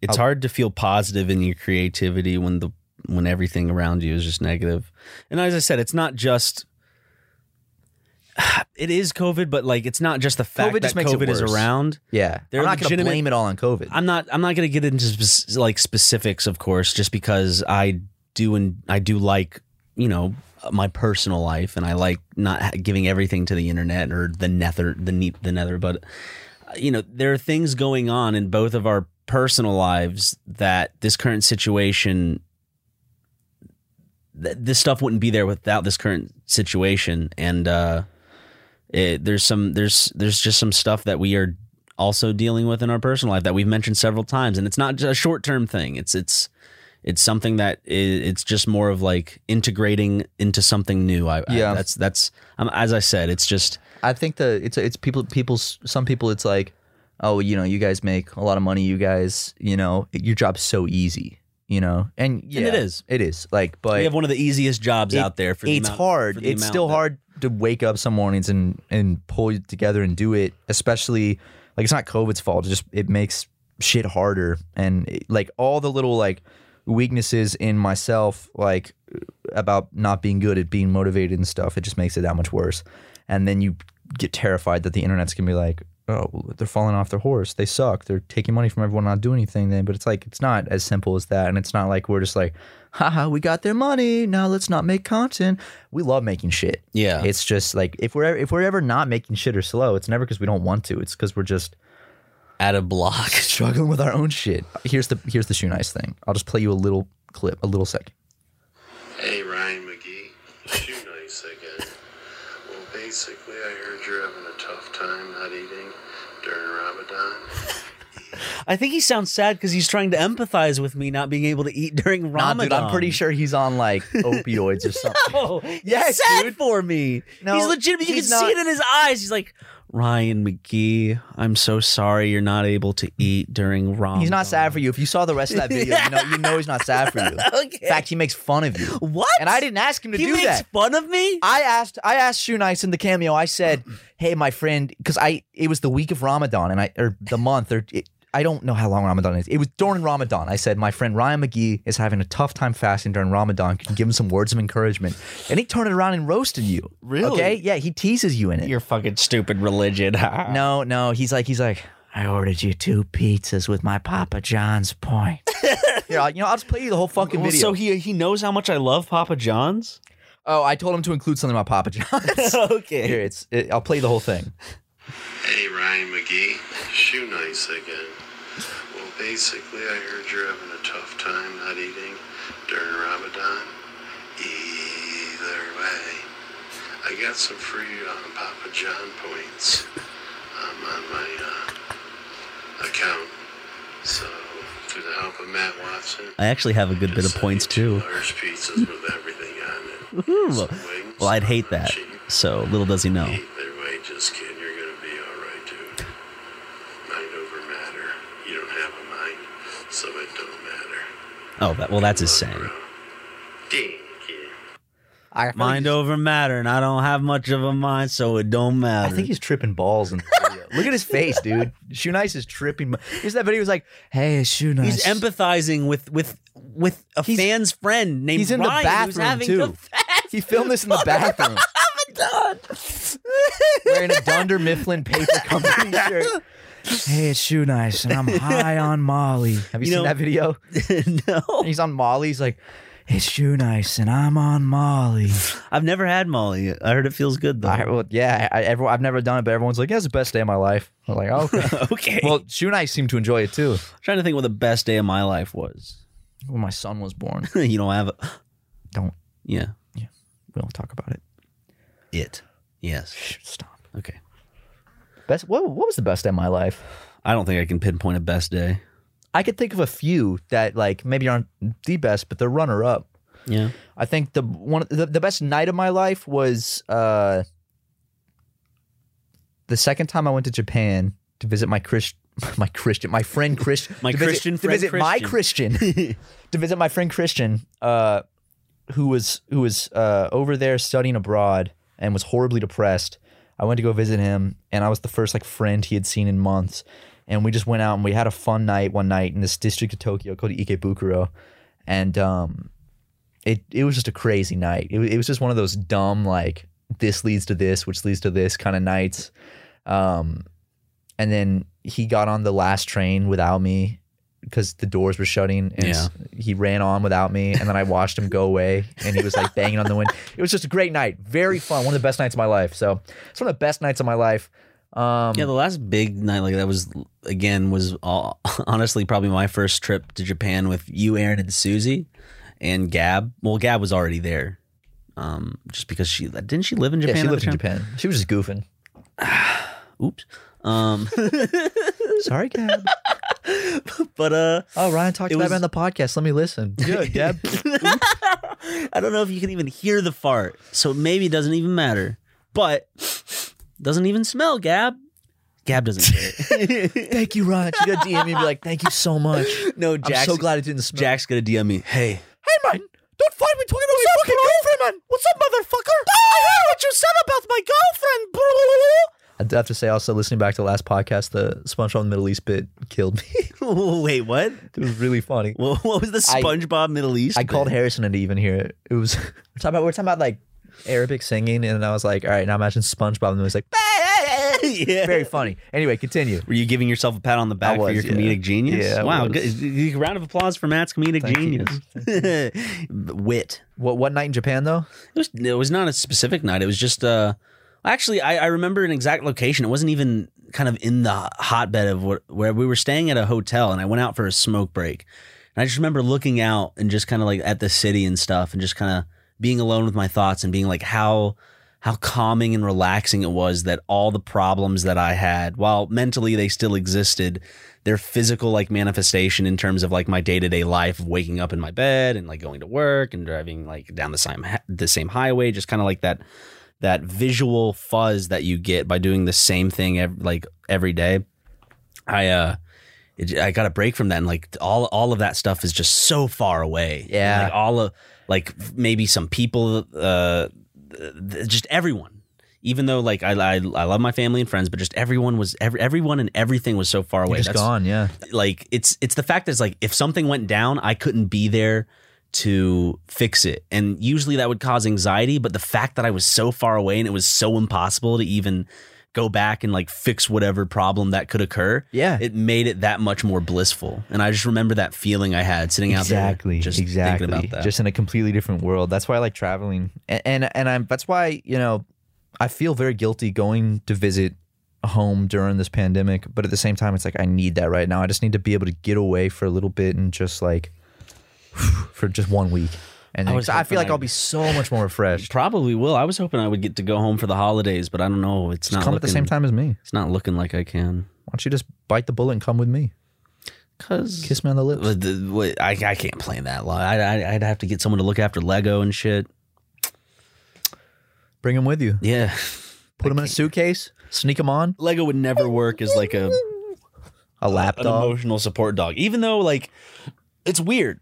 Speaker 3: It's hard to feel positive in your creativity when the when everything around you is just negative. And as I said, it's not just it is COVID, but like it's not just the fact
Speaker 2: COVID
Speaker 3: that
Speaker 2: just makes it
Speaker 3: COVID is
Speaker 2: worse.
Speaker 3: around.
Speaker 2: yeah
Speaker 3: They're
Speaker 2: i'm not gonna
Speaker 3: legitimate-
Speaker 2: blame it all on covid
Speaker 3: I'm not I'm not going to get into spec- like specifics of course just because I do and I do like, you know, my personal life and I like not ha- giving everything to the internet or the nether the neat the nether but uh, you know, there are things going on in both of our personal lives that this current situation th- this stuff wouldn't be there without this current situation and uh it, there's some there's there's just some stuff that we are also dealing with in our personal life that we've mentioned several times and it's not just a short-term thing it's it's it's something that i it's just more of like integrating into something new i, I-
Speaker 2: Yeah.
Speaker 3: that's that's um, as i said it's just
Speaker 2: I think the it's it's people people's some people it's like, oh, you know, you guys make a lot of money. You guys, you know, your job's so easy, you know, and yeah,
Speaker 3: it is.
Speaker 2: it is like, but
Speaker 3: we have one of the easiest jobs
Speaker 2: it-
Speaker 3: out there for the
Speaker 2: it's
Speaker 3: amount-
Speaker 2: hard.
Speaker 3: for the
Speaker 2: It's
Speaker 3: amount
Speaker 2: still
Speaker 3: that-
Speaker 2: hard to wake up some mornings and and pull it together and do it. Especially like it's not COVID's fault. It just it makes shit harder and it- like all the little like weaknesses in myself like about not being good at being motivated and stuff. It just makes it that much worse. And then you get terrified that the internet's gonna be like. Oh, well, they're falling off their horse. They suck. They're taking money from everyone, not doing anything. Then, but it's like it's not as simple as that, and it's not like we're just like, haha, we got their money. Now let's not make content. We love making shit.
Speaker 3: yeah
Speaker 2: It's just like if we're if we're ever not making shit or slow, it's never because we don't want to. It's because we're just
Speaker 3: at a block
Speaker 2: struggling with our own shit. Here's the here's the shoe nice thing. I'll just play you a little clip, a little second.
Speaker 4: Hey, Ryan McGee. Shoe nice again. Well, basically, I heard you're having a tough time not eating during Ramadan.
Speaker 3: i think he sounds sad because he's trying to empathize with me not being able to eat during
Speaker 2: Nah,
Speaker 3: ramadan
Speaker 2: dude, I'm pretty sure he's on like opioids or something.
Speaker 3: Oh,
Speaker 2: Yes,
Speaker 3: yes, sad
Speaker 2: dude.
Speaker 3: for me.
Speaker 2: No,
Speaker 3: he's legitimate. You
Speaker 2: he's
Speaker 3: can
Speaker 2: not-
Speaker 3: see it in his eyes. He's like, Ryan McGee, I'm so sorry you're not able to eat during Ramadan.
Speaker 2: He's not sad for you. If you saw the rest of that video, you know you know he's not sad for you.
Speaker 3: Okay.
Speaker 2: In fact, he makes fun of you.
Speaker 3: What?
Speaker 2: And I didn't ask him to
Speaker 3: He
Speaker 2: do
Speaker 3: makes
Speaker 2: that.
Speaker 3: fun of me.
Speaker 2: I asked I asked Shoe Nice in the cameo. I said, "Hey, my friend, because I it was the week of Ramadan and I or the month or it, I don't know how long Ramadan is. It was during Ramadan. I said my friend Ryan McGee is having a tough time fasting during Ramadan. Can you give him some words of encouragement?" And he turned it around and roasted you.
Speaker 3: Really?
Speaker 2: Okay. Yeah, he teases you in it.
Speaker 3: Your fucking stupid religion. no.
Speaker 2: no, no. He's like he's like. I ordered you two pizzas with my Papa John's point. Here, I'll- you know, I'll just play you the whole fucking video.
Speaker 3: so he he knows how much I love Papa John's.
Speaker 2: oh, I told him to include something about Papa John's.
Speaker 3: okay.
Speaker 2: Here, it's. It, I'll play the whole thing.
Speaker 4: Hey, Ryan McGee. Shoe nice again. Well, basically, I heard you're having a tough time not eating during Ramadan. Either way, I got some free um, Papa John points um, on my uh, account. So, through the help of Matt Watson.
Speaker 3: I actually have a good bit of
Speaker 4: Send you
Speaker 3: points
Speaker 4: two
Speaker 3: too.
Speaker 4: Large pizzas with everything on it.
Speaker 3: Ooh.
Speaker 4: Some wings,
Speaker 3: Well, I'd hate
Speaker 4: some
Speaker 3: that.
Speaker 4: cheese.
Speaker 3: So little does he know.
Speaker 4: Either way, just kidding. You're gonna be all right, dude. Mind over matter. You don't have a mind, so it don't matter.
Speaker 3: Oh, that, well, that's his saying.
Speaker 4: Ding. kid.
Speaker 2: I feel like
Speaker 3: Mind
Speaker 2: he's-
Speaker 3: over matter, and I don't have much of a mind, so it don't matter.
Speaker 2: I think he's tripping balls in the video. Look at his face, dude. Shoe Nice is tripping. Here's that video. He was like, "Hey, Shoe Nice."
Speaker 3: He's empathizing with with with a
Speaker 2: He's-
Speaker 3: fan's friend named
Speaker 2: he's in the
Speaker 3: Ryan who's
Speaker 2: bathroom,
Speaker 3: having
Speaker 2: too.
Speaker 3: the fast
Speaker 2: He filmed this in the bathroom wearing a Dunder Mifflin paper company shirt. Hey, it's Shoe Nice, and I'm high on Molly. Have
Speaker 3: You
Speaker 2: you, seen
Speaker 3: know-
Speaker 2: that video?
Speaker 3: no.
Speaker 2: He's on Molly. He's like, It's shoe nice, and I'm on Molly.
Speaker 3: I've never had Molly. I heard it feels good though.
Speaker 2: I, well, yeah, I, every, I've never done it, but everyone's like, yeah, it's the best day of my life. I'm like, oh, okay.
Speaker 3: okay. Well,
Speaker 2: well, shoe nice seem to enjoy it too.
Speaker 3: I'm trying to think what the best day of my life was.
Speaker 2: When my son was born,
Speaker 3: you don't have
Speaker 2: don't
Speaker 3: yeah.
Speaker 2: we don't talk about it.
Speaker 3: It. Yes.
Speaker 2: Stop.
Speaker 3: Okay.
Speaker 2: Best. What, what was the best day of my life?
Speaker 3: I don't think I can pinpoint a best day.
Speaker 2: I could think of a few that like maybe aren't the best, but they're runner up.
Speaker 3: Yeah.
Speaker 2: I think the one the, the best night of my life was uh the second time I went to Japan to visit my Chris my Christian my friend Chris
Speaker 3: My
Speaker 2: to visit-
Speaker 3: Christian
Speaker 2: to
Speaker 3: friend
Speaker 2: visit my Christian to visit my friend Christian uh who was who was uh over there studying abroad and was horribly depressed. I went to go visit him and I was the first like friend he had seen in months and we just went out and we had a fun night one night in this district of Tokyo called Ikebukuro and um it it was just a crazy night. It, wa- it was just one of those dumb like this leads to this, which leads to this kind of nights. Um, and then he got on the last train without me because the doors were shutting, and s- he ran on without me. And then I watched him go away, and he was like banging on the window. It was just a great night, very fun, one of the best nights of my life. So it's one of the best nights of my life. Um,
Speaker 3: Yeah, the last big night like that was again was all, honestly probably my first trip to Japan with you, Aaron, and Susie, and Gab. Well, Gab was already there, um, just because she didn't she live in
Speaker 2: yeah,
Speaker 3: Japan.
Speaker 2: she
Speaker 3: at
Speaker 2: lived
Speaker 3: the
Speaker 2: in
Speaker 3: time?
Speaker 2: Japan. She was just goofing.
Speaker 3: Oops. Um,
Speaker 2: Sorry, Gab.
Speaker 3: but uh,
Speaker 2: Oh, Ryan talked
Speaker 3: It
Speaker 2: about
Speaker 3: was-
Speaker 2: it on the podcast. Let me listen. Good, Gab.
Speaker 3: I don't know if you can even hear the fart, so maybe it doesn't even matter. But doesn't even smell, Gab. Gab doesn't. Care.
Speaker 2: Thank you, Ryan. She got DM me and be like, "Thank you so much."
Speaker 3: no,
Speaker 2: I'm
Speaker 3: Jack's
Speaker 2: so glad it didn't smell.
Speaker 3: Jack's gonna DM me. Hey,
Speaker 2: Hey, man, don't fight me talking about my fucking girlfriend, man. What's up, motherfucker? Oh, I heard what you said about my girlfriend. I have to say, also listening back to the last podcast, the SpongeBob in the Middle East bit killed me.
Speaker 3: wait, what?
Speaker 2: it was really funny.
Speaker 3: Wha- What was the
Speaker 2: I-
Speaker 3: SpongeBob Middle East?
Speaker 2: I
Speaker 3: bit?
Speaker 2: called Harrison and to even hear it. It was we're talking about we're talking about like Arabic singing, and I was like, all right, now imagine SpongeBob, and he was like,
Speaker 3: yeah.
Speaker 2: very funny. Anyway, continue.
Speaker 3: Were you giving yourself a pat on the back
Speaker 2: was,
Speaker 3: for your comedic
Speaker 2: yeah.
Speaker 3: genius?
Speaker 2: Yeah, I
Speaker 3: Wow.
Speaker 2: was.
Speaker 3: Good. Round of applause for Matt's comedic genius. Wit.
Speaker 2: What one night in Japan though?
Speaker 3: It was, it was not a specific night. It was just, uh, actually, I, I remember an exact location. It wasn't even kind of in the hotbed of what, where we were staying at a hotel, and I went out for a smoke break. And I just remember looking out and just kind of like at the city and stuff, and just kind of being alone with my thoughts and being like, how. How calming and relaxing it was that all the problems that I had, while mentally they still existed, their physical like manifestation in terms of like my day-to-day life of waking up in my bed and like going to work and driving like down the same the same highway just kind of like that that visual fuzz that you get by doing the same thing ev- like every day i uh it, i got a break from that and like all all of that stuff is just so far away
Speaker 2: Yeah.
Speaker 3: like all of like maybe some people uh th- th- just everyone even though like I, I I love my family and friends, but just everyone was every, everyone and everything was so far away.
Speaker 2: Just
Speaker 3: That's-
Speaker 2: gone, yeah.
Speaker 3: like it's it's the fact that it's like if something went down, I couldn't be there to fix it. And usually that would cause anxiety, but the fact that I was so far away and it was so impossible to even go back and like fix whatever problem that could occur,
Speaker 2: Yeah.
Speaker 3: it made it that much more blissful. And I just remember that feeling I had sitting out
Speaker 2: exactly
Speaker 3: there just
Speaker 2: exactly
Speaker 3: thinking about that.
Speaker 2: just in a completely different world that's why i like traveling and, and and i'm that's why you know i feel very guilty going to visit home during this pandemic but at the same time it's like i need that right now i just need to be able to get away for a little bit and just like for just one week and
Speaker 3: I
Speaker 2: then,
Speaker 3: was
Speaker 2: 'cause I,
Speaker 3: hoping
Speaker 2: feel like
Speaker 3: I-
Speaker 2: i'll be so much more refreshed
Speaker 3: Probably will. I was hoping I would get to go home for the holidays, but I don't know. It's not
Speaker 2: come at the same
Speaker 3: looking-
Speaker 2: time as me
Speaker 3: It's not looking like I can.
Speaker 2: why don't you just bite the bullet and come with me
Speaker 3: Cause
Speaker 2: kiss me on the lips
Speaker 3: But the- what- I, I can't play that long. I, I, I'd have to get someone to look after Lego and shit.
Speaker 2: bring them with you
Speaker 3: Yeah,
Speaker 2: put them in a suitcase sneak them on
Speaker 3: Lego would never work as like a
Speaker 2: a
Speaker 3: an
Speaker 2: lapdog
Speaker 3: emotional support dog. Even though like it's weird,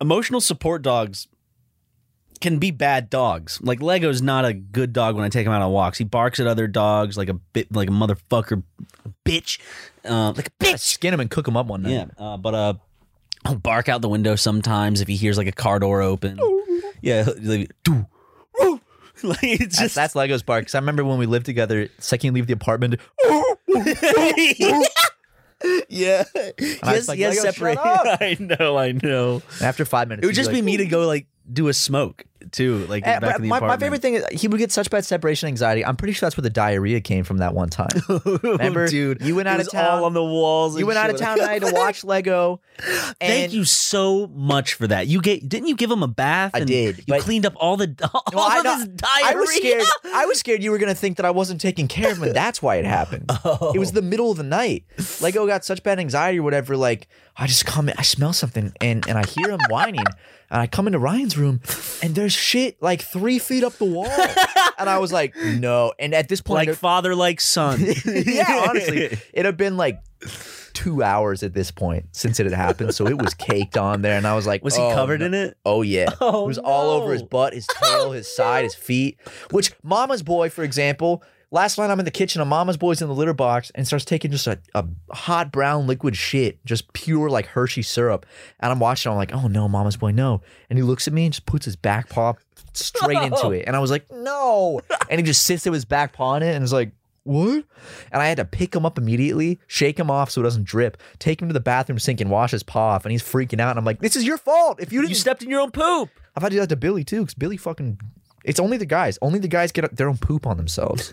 Speaker 3: emotional support dogs can be bad dogs. Like Lego's not a good dog when I take him out on walks. He barks at other dogs like a bit like a motherfucker, bitch, uh, like a bitch.
Speaker 2: skin them and cook them up one night
Speaker 3: Yeah, uh, but uh, he'll bark out the window sometimes if he hears like a car door open. yeah, he'll- he'll be, "Doo, woo." like it's
Speaker 2: That's,
Speaker 3: just
Speaker 2: that's Lego's bark. Because I remember when we lived together, second you leave the apartment,
Speaker 3: yeah.
Speaker 2: I was
Speaker 3: Yes,
Speaker 2: like,
Speaker 3: yes,
Speaker 2: Lego, shut
Speaker 3: separate.
Speaker 2: up.
Speaker 3: I know, I know.
Speaker 2: and after five minutes,
Speaker 3: It would
Speaker 2: he'd
Speaker 3: just be
Speaker 2: like,
Speaker 3: me to go like do a smoke too, like
Speaker 2: Eh,
Speaker 3: back
Speaker 2: but
Speaker 3: in the
Speaker 2: my, my
Speaker 3: apartment.
Speaker 2: favorite thing is he would get such bad separation anxiety. I'm pretty sure that's where the diarrhea came from that one time. Remember,
Speaker 3: Oh, dude,
Speaker 2: you went
Speaker 3: it
Speaker 2: out of
Speaker 3: was
Speaker 2: town.
Speaker 3: all on the walls.
Speaker 2: you
Speaker 3: and
Speaker 2: went out
Speaker 3: shit.
Speaker 2: of town and I had to watch Lego.
Speaker 3: Thank
Speaker 2: and-
Speaker 3: you so much for that. You get didn't you give him a bath?
Speaker 2: I
Speaker 3: and
Speaker 2: did,
Speaker 3: You
Speaker 2: but-
Speaker 3: cleaned up all the all
Speaker 2: No, I,
Speaker 3: of
Speaker 2: know-
Speaker 3: his diarrhea.
Speaker 2: I was scared. I was scared you were gonna think that I wasn't taking care of him, and that's why it happened.
Speaker 3: Oh.
Speaker 2: It was the middle of the night. Lego got such bad anxiety or whatever. Like I just come, in, I smell something, and and I hear him whining, and I come into Ryan's room, and there's shit like three feet up the wall, and I was like, no. And at this point,
Speaker 3: like father, like son.
Speaker 2: yeah, honestly, it had been like. Two hours at this point since it had happened, so it was caked on there, and I was like,
Speaker 3: was he
Speaker 2: oh,
Speaker 3: covered
Speaker 2: no.
Speaker 3: in it?
Speaker 2: Oh yeah,
Speaker 3: Oh,
Speaker 2: it was all
Speaker 3: no.
Speaker 2: over his butt, his tail, his side, his feet. Which Mama's boy, for example, last night I'm in the kitchen and Mama's boy's in the litter box and starts taking just a, a hot brown liquid shit, just pure like Hershey syrup. And I'm watching, I'm like, oh no, Mama's boy, no. And he looks at me and just puts his back paw straight into it, and I was like, no. And he just sits with his back paw on it and is like. What? And I had to pick him up immediately, shake him off so it doesn't drip, take him to the bathroom sink and wash his paw off. And he's freaking out. And I'm like, this is your fault. If you didn't
Speaker 3: You stepped in your own poop.
Speaker 2: I've had to do that to Billy too, because Billy fucking. It's only the guys. Only the guys get their own poop on themselves.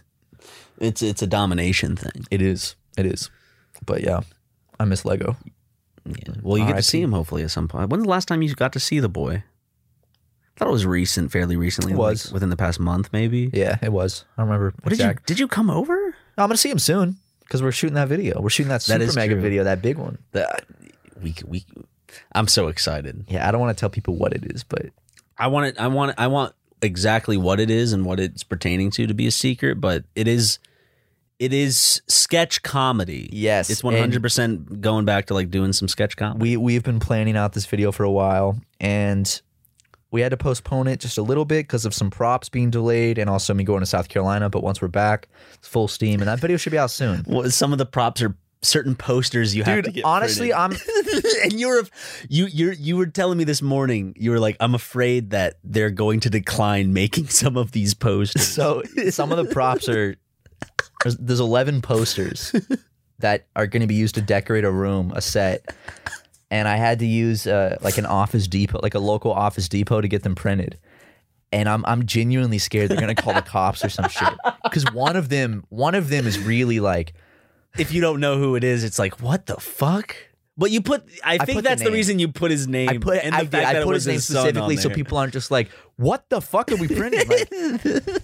Speaker 3: It's it's a domination thing.
Speaker 2: it is. It is. But yeah, I miss Lego.
Speaker 3: Well, you get to
Speaker 2: RIP.
Speaker 3: see him hopefully at some point. When's the last time you got to see the boy? I thought it was recent, fairly recently. like,
Speaker 2: Was.
Speaker 3: within the past month, maybe.
Speaker 2: Yeah, it was. I don't remember.
Speaker 3: What did you
Speaker 2: exact-
Speaker 3: did you come over?
Speaker 2: No, I'm gonna see him soon because we're shooting that video. We're shooting that
Speaker 3: That
Speaker 2: super
Speaker 3: is
Speaker 2: mega
Speaker 3: true.
Speaker 2: video, that big one.
Speaker 3: The, uh, we we. I'm so excited.
Speaker 2: Yeah, I don't want to tell people what it is, but
Speaker 3: I want it. I want. I want exactly what it is and what it's pertaining to to be a secret. But it is. It is sketch comedy.
Speaker 2: Yes,
Speaker 3: it's
Speaker 2: and-
Speaker 3: one hundred percent going back to like doing some sketch comedy.
Speaker 2: we we've been planning out this video for a while, and we had to postpone it just a little bit because of some props being delayed and also me going to South Carolina. But once we're back, it's full steam, and that video should be out soon.
Speaker 3: Well, some of the props are certain posters you have to
Speaker 2: Dude,
Speaker 3: get.
Speaker 2: honestly,
Speaker 3: printed.
Speaker 2: I'm
Speaker 3: and you were you you you were telling me this morning. You were like, I'm afraid that they're going to decline making some of these posts.
Speaker 2: So some of the props are there's, there's 11 posters that are going to be used to decorate a room, a set. And I had to use uh, like an office depot, like a local office depot to get them printed. And I'm I'm genuinely scared they're going to call the cops or some shit cuz one of them one of them is really like
Speaker 3: if you don't know who it is, it's like, what the fuck? But you put. I think
Speaker 2: put the
Speaker 3: that's the,
Speaker 2: name.
Speaker 3: reason you put his name.
Speaker 2: I put
Speaker 3: and the
Speaker 2: I
Speaker 3: fact
Speaker 2: did, I
Speaker 3: that it
Speaker 2: put
Speaker 3: was
Speaker 2: his name
Speaker 3: son on
Speaker 2: specifically so
Speaker 3: there.
Speaker 2: people aren't just like, what the fuck are we printing? Like,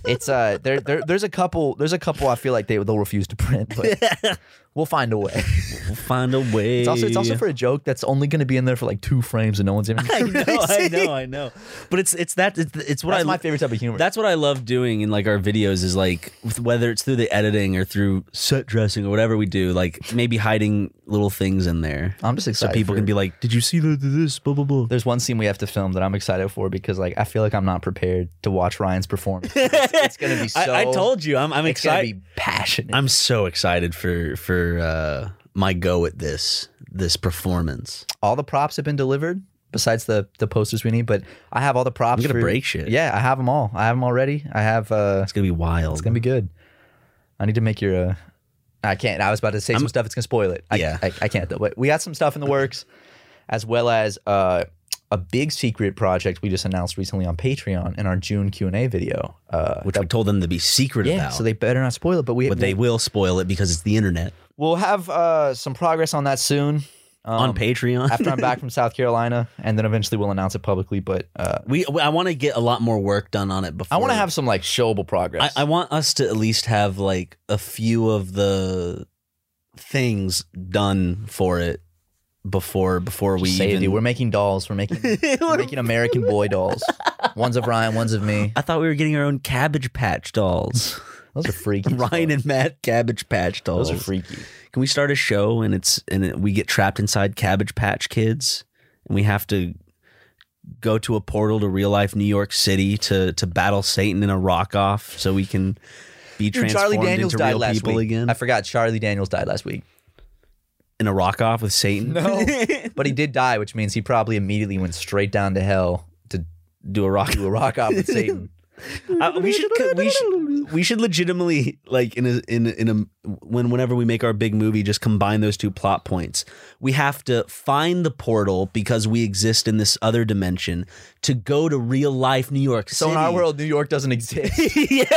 Speaker 2: it's uh, there, there, there's a couple, there's a couple I feel like they they'll refuse to print, but we'll find a way.
Speaker 3: We'll find a way.
Speaker 2: It's also, it's also for a joke that's only going to be in there for like two frames and no one's even.
Speaker 3: I know, I know, I know. But it's it's that it's, it's what
Speaker 2: That's
Speaker 3: I
Speaker 2: my favorite type of humor.
Speaker 3: That's what I love doing in like our videos is like with- whether it's through the editing or through set dressing or whatever we do, like maybe hiding little things in there.
Speaker 2: I'm just
Speaker 3: so
Speaker 2: excited.
Speaker 3: people
Speaker 2: for
Speaker 3: can
Speaker 2: it.
Speaker 3: be like, "Did you see the, the- this?" Blah blah blah.
Speaker 2: There's one scene we have to film that I'm excited for because like I feel like I'm not prepared to watch Ryan's performance. It's, it's gonna be so.
Speaker 3: I, I told you, I'm, I'm
Speaker 2: It's gonna
Speaker 3: excited.
Speaker 2: be passionate.
Speaker 3: I'm so excited for for uh, my go at this this performance.
Speaker 2: all the props have been delivered besides the the posters we need, but I have all the props.
Speaker 3: I'm gonna
Speaker 2: for-
Speaker 3: break shit.
Speaker 2: Yeah, I have them all. I have them already. I have. uh
Speaker 3: It's gonna be wild.
Speaker 2: It's gonna be good. I need to make your. uh I can't. I was about to say some stuff. It's gonna spoil it. I,
Speaker 3: Yeah.
Speaker 2: I, I can't. though. But we got some stuff in the works, as well as uh, a big secret project we just announced recently on Patreon in our June Q and A video. Uh,
Speaker 3: which we told them to be secret
Speaker 2: yeah.
Speaker 3: about.
Speaker 2: So they better not spoil it. But we
Speaker 3: but they will spoil it because it's the internet
Speaker 2: we'll have uh some progress on that soon. Um,
Speaker 3: on Patreon.
Speaker 2: after I'm back from South Carolina, and then eventually we'll announce it publicly. But uh,
Speaker 3: we I want to get a lot more work done on it before.
Speaker 2: I want to have some like showable
Speaker 3: I,
Speaker 2: progress.
Speaker 3: I want us to at least have like a few of the things done for it before before we
Speaker 2: Just say, it,
Speaker 3: even.
Speaker 2: dude, we're making dolls. We're making we're making American boy dolls. One's of Ryan, one's of me.
Speaker 3: I thought we were getting our own Cabbage Patch dolls.
Speaker 2: Those are freaky.
Speaker 3: Ryan and Matt Cabbage Patch dolls.
Speaker 2: those are freaky.
Speaker 3: Can we start a show and it's and it, we get trapped inside Cabbage Patch Kids and we have to go to a portal to real life New York City to to battle Satan in a rock off so we can be
Speaker 2: Dude,
Speaker 3: transformed
Speaker 2: Charlie Daniels
Speaker 3: into
Speaker 2: died
Speaker 3: real
Speaker 2: last
Speaker 3: people
Speaker 2: week.
Speaker 3: again
Speaker 2: I forgot Charlie Daniels died last week,
Speaker 3: in a rock off with Satan.
Speaker 2: No. but he did die, which means he probably immediately went straight down to hell to
Speaker 3: do a rock
Speaker 2: do a rock off with Satan.
Speaker 3: Uh, we should we should we should legitimately like in a, in a- in a when whenever we make our big movie, just combine those two plot points. We have to find the portal because we exist in this other dimension to go to real life New York City.
Speaker 2: So in our world, New York doesn't exist.
Speaker 3: yeah,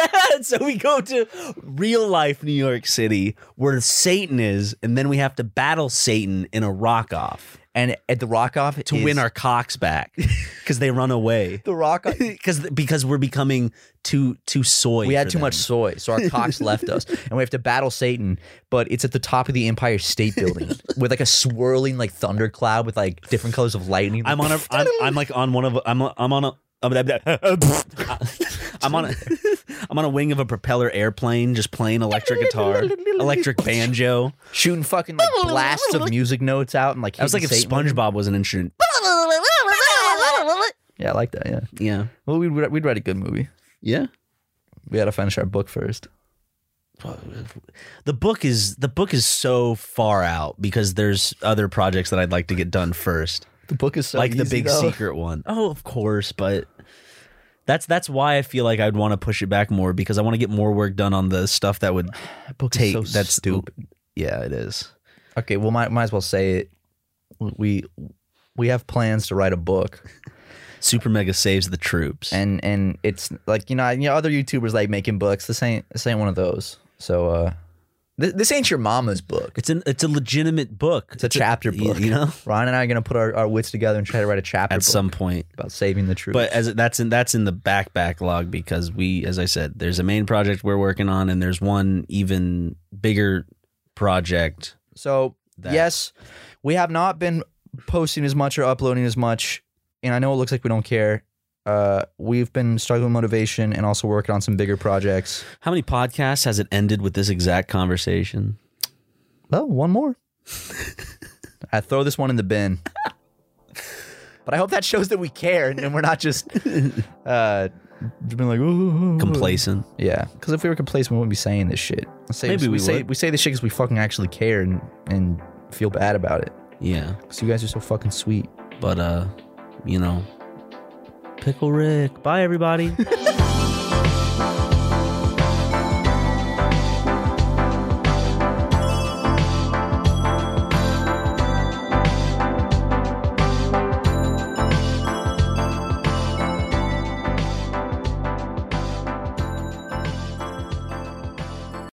Speaker 3: so we go to real life New York City where Satan is, and then we have to battle Satan in a rock off
Speaker 2: and at the rock off
Speaker 3: to win our cocks back because they run away
Speaker 2: the rock off.
Speaker 3: because because we're becoming too too soy.
Speaker 2: We had
Speaker 3: for
Speaker 2: too
Speaker 3: them.
Speaker 2: much soy, so our cocks left us, and we have to battle Satan. But it's at the top of the Empire State Building with like a swirling like thundercloud with like different colors of lightning.
Speaker 3: I'm on a. I'm, I'm like on one of. I'm. I'm on a. I'm I'm on a. I'm on a wing of a propeller airplane, just playing electric guitar, electric banjo.
Speaker 2: shooting fucking like blasts of music notes out and like.
Speaker 3: I was like,
Speaker 2: hitting
Speaker 3: if
Speaker 2: Satan.
Speaker 3: SpongeBob was an instrument,
Speaker 2: Yeah, I like that. Yeah.
Speaker 3: yeah,
Speaker 2: Well, we'd we'd write a good movie.
Speaker 3: yeah.
Speaker 2: We gotta finish our book first.
Speaker 3: The book is the book is so far out because there's other projects that I'd like to get done first,
Speaker 2: The book is so
Speaker 3: like the
Speaker 2: Oh, easy,
Speaker 3: big
Speaker 2: though.
Speaker 3: secret one. Oh, of course, but that's that's why I feel like I'd want to push it back more because I want to get more work done on the stuff that would
Speaker 2: That book
Speaker 3: take.
Speaker 2: is so
Speaker 3: that's
Speaker 2: stupid.
Speaker 3: Yeah, it is.
Speaker 2: Okay, well, might might as well say it. We we have plans to write a book.
Speaker 3: Super Mega saves the troops.
Speaker 2: and and it's like you know, you know other YouTubers like making books. This ain't this ain't one of those. So uh, this, this ain't your mama's book.
Speaker 3: it's an it's a legitimate book.
Speaker 2: It's a chapter
Speaker 3: you-
Speaker 2: book.
Speaker 3: you know.
Speaker 2: Ryan and I are gonna put our, our wits together and try to write a chapter
Speaker 3: At
Speaker 2: book
Speaker 3: some point,
Speaker 2: about saving the truth.
Speaker 3: but as that's in that's in the back backlog because we, as I said, there's a main project we're working on, and there's one even bigger project.
Speaker 2: so
Speaker 3: That.
Speaker 2: yes, we have not been posting as much or uploading as much, and I know it looks like we don't care. Uh, we've been struggling with motivation and also working on some bigger projects.
Speaker 3: How many podcasts has it ended with this exact conversation?
Speaker 2: Oh, one more. I throw this one in the bin. But I hope that shows that we care and we're not just uh, just being like, ooh.
Speaker 3: Complacent.
Speaker 2: Yeah, because if we were complacent, we wouldn't be saying this shit. I Say,
Speaker 3: Maybe
Speaker 2: we,
Speaker 3: we
Speaker 2: say
Speaker 3: would.
Speaker 2: we say this shit because we fucking actually care and, and feel bad about it.
Speaker 3: Yeah,
Speaker 2: Because you guys are so fucking sweet.
Speaker 3: but uh, you know, pickle Rick. Bye, everybody.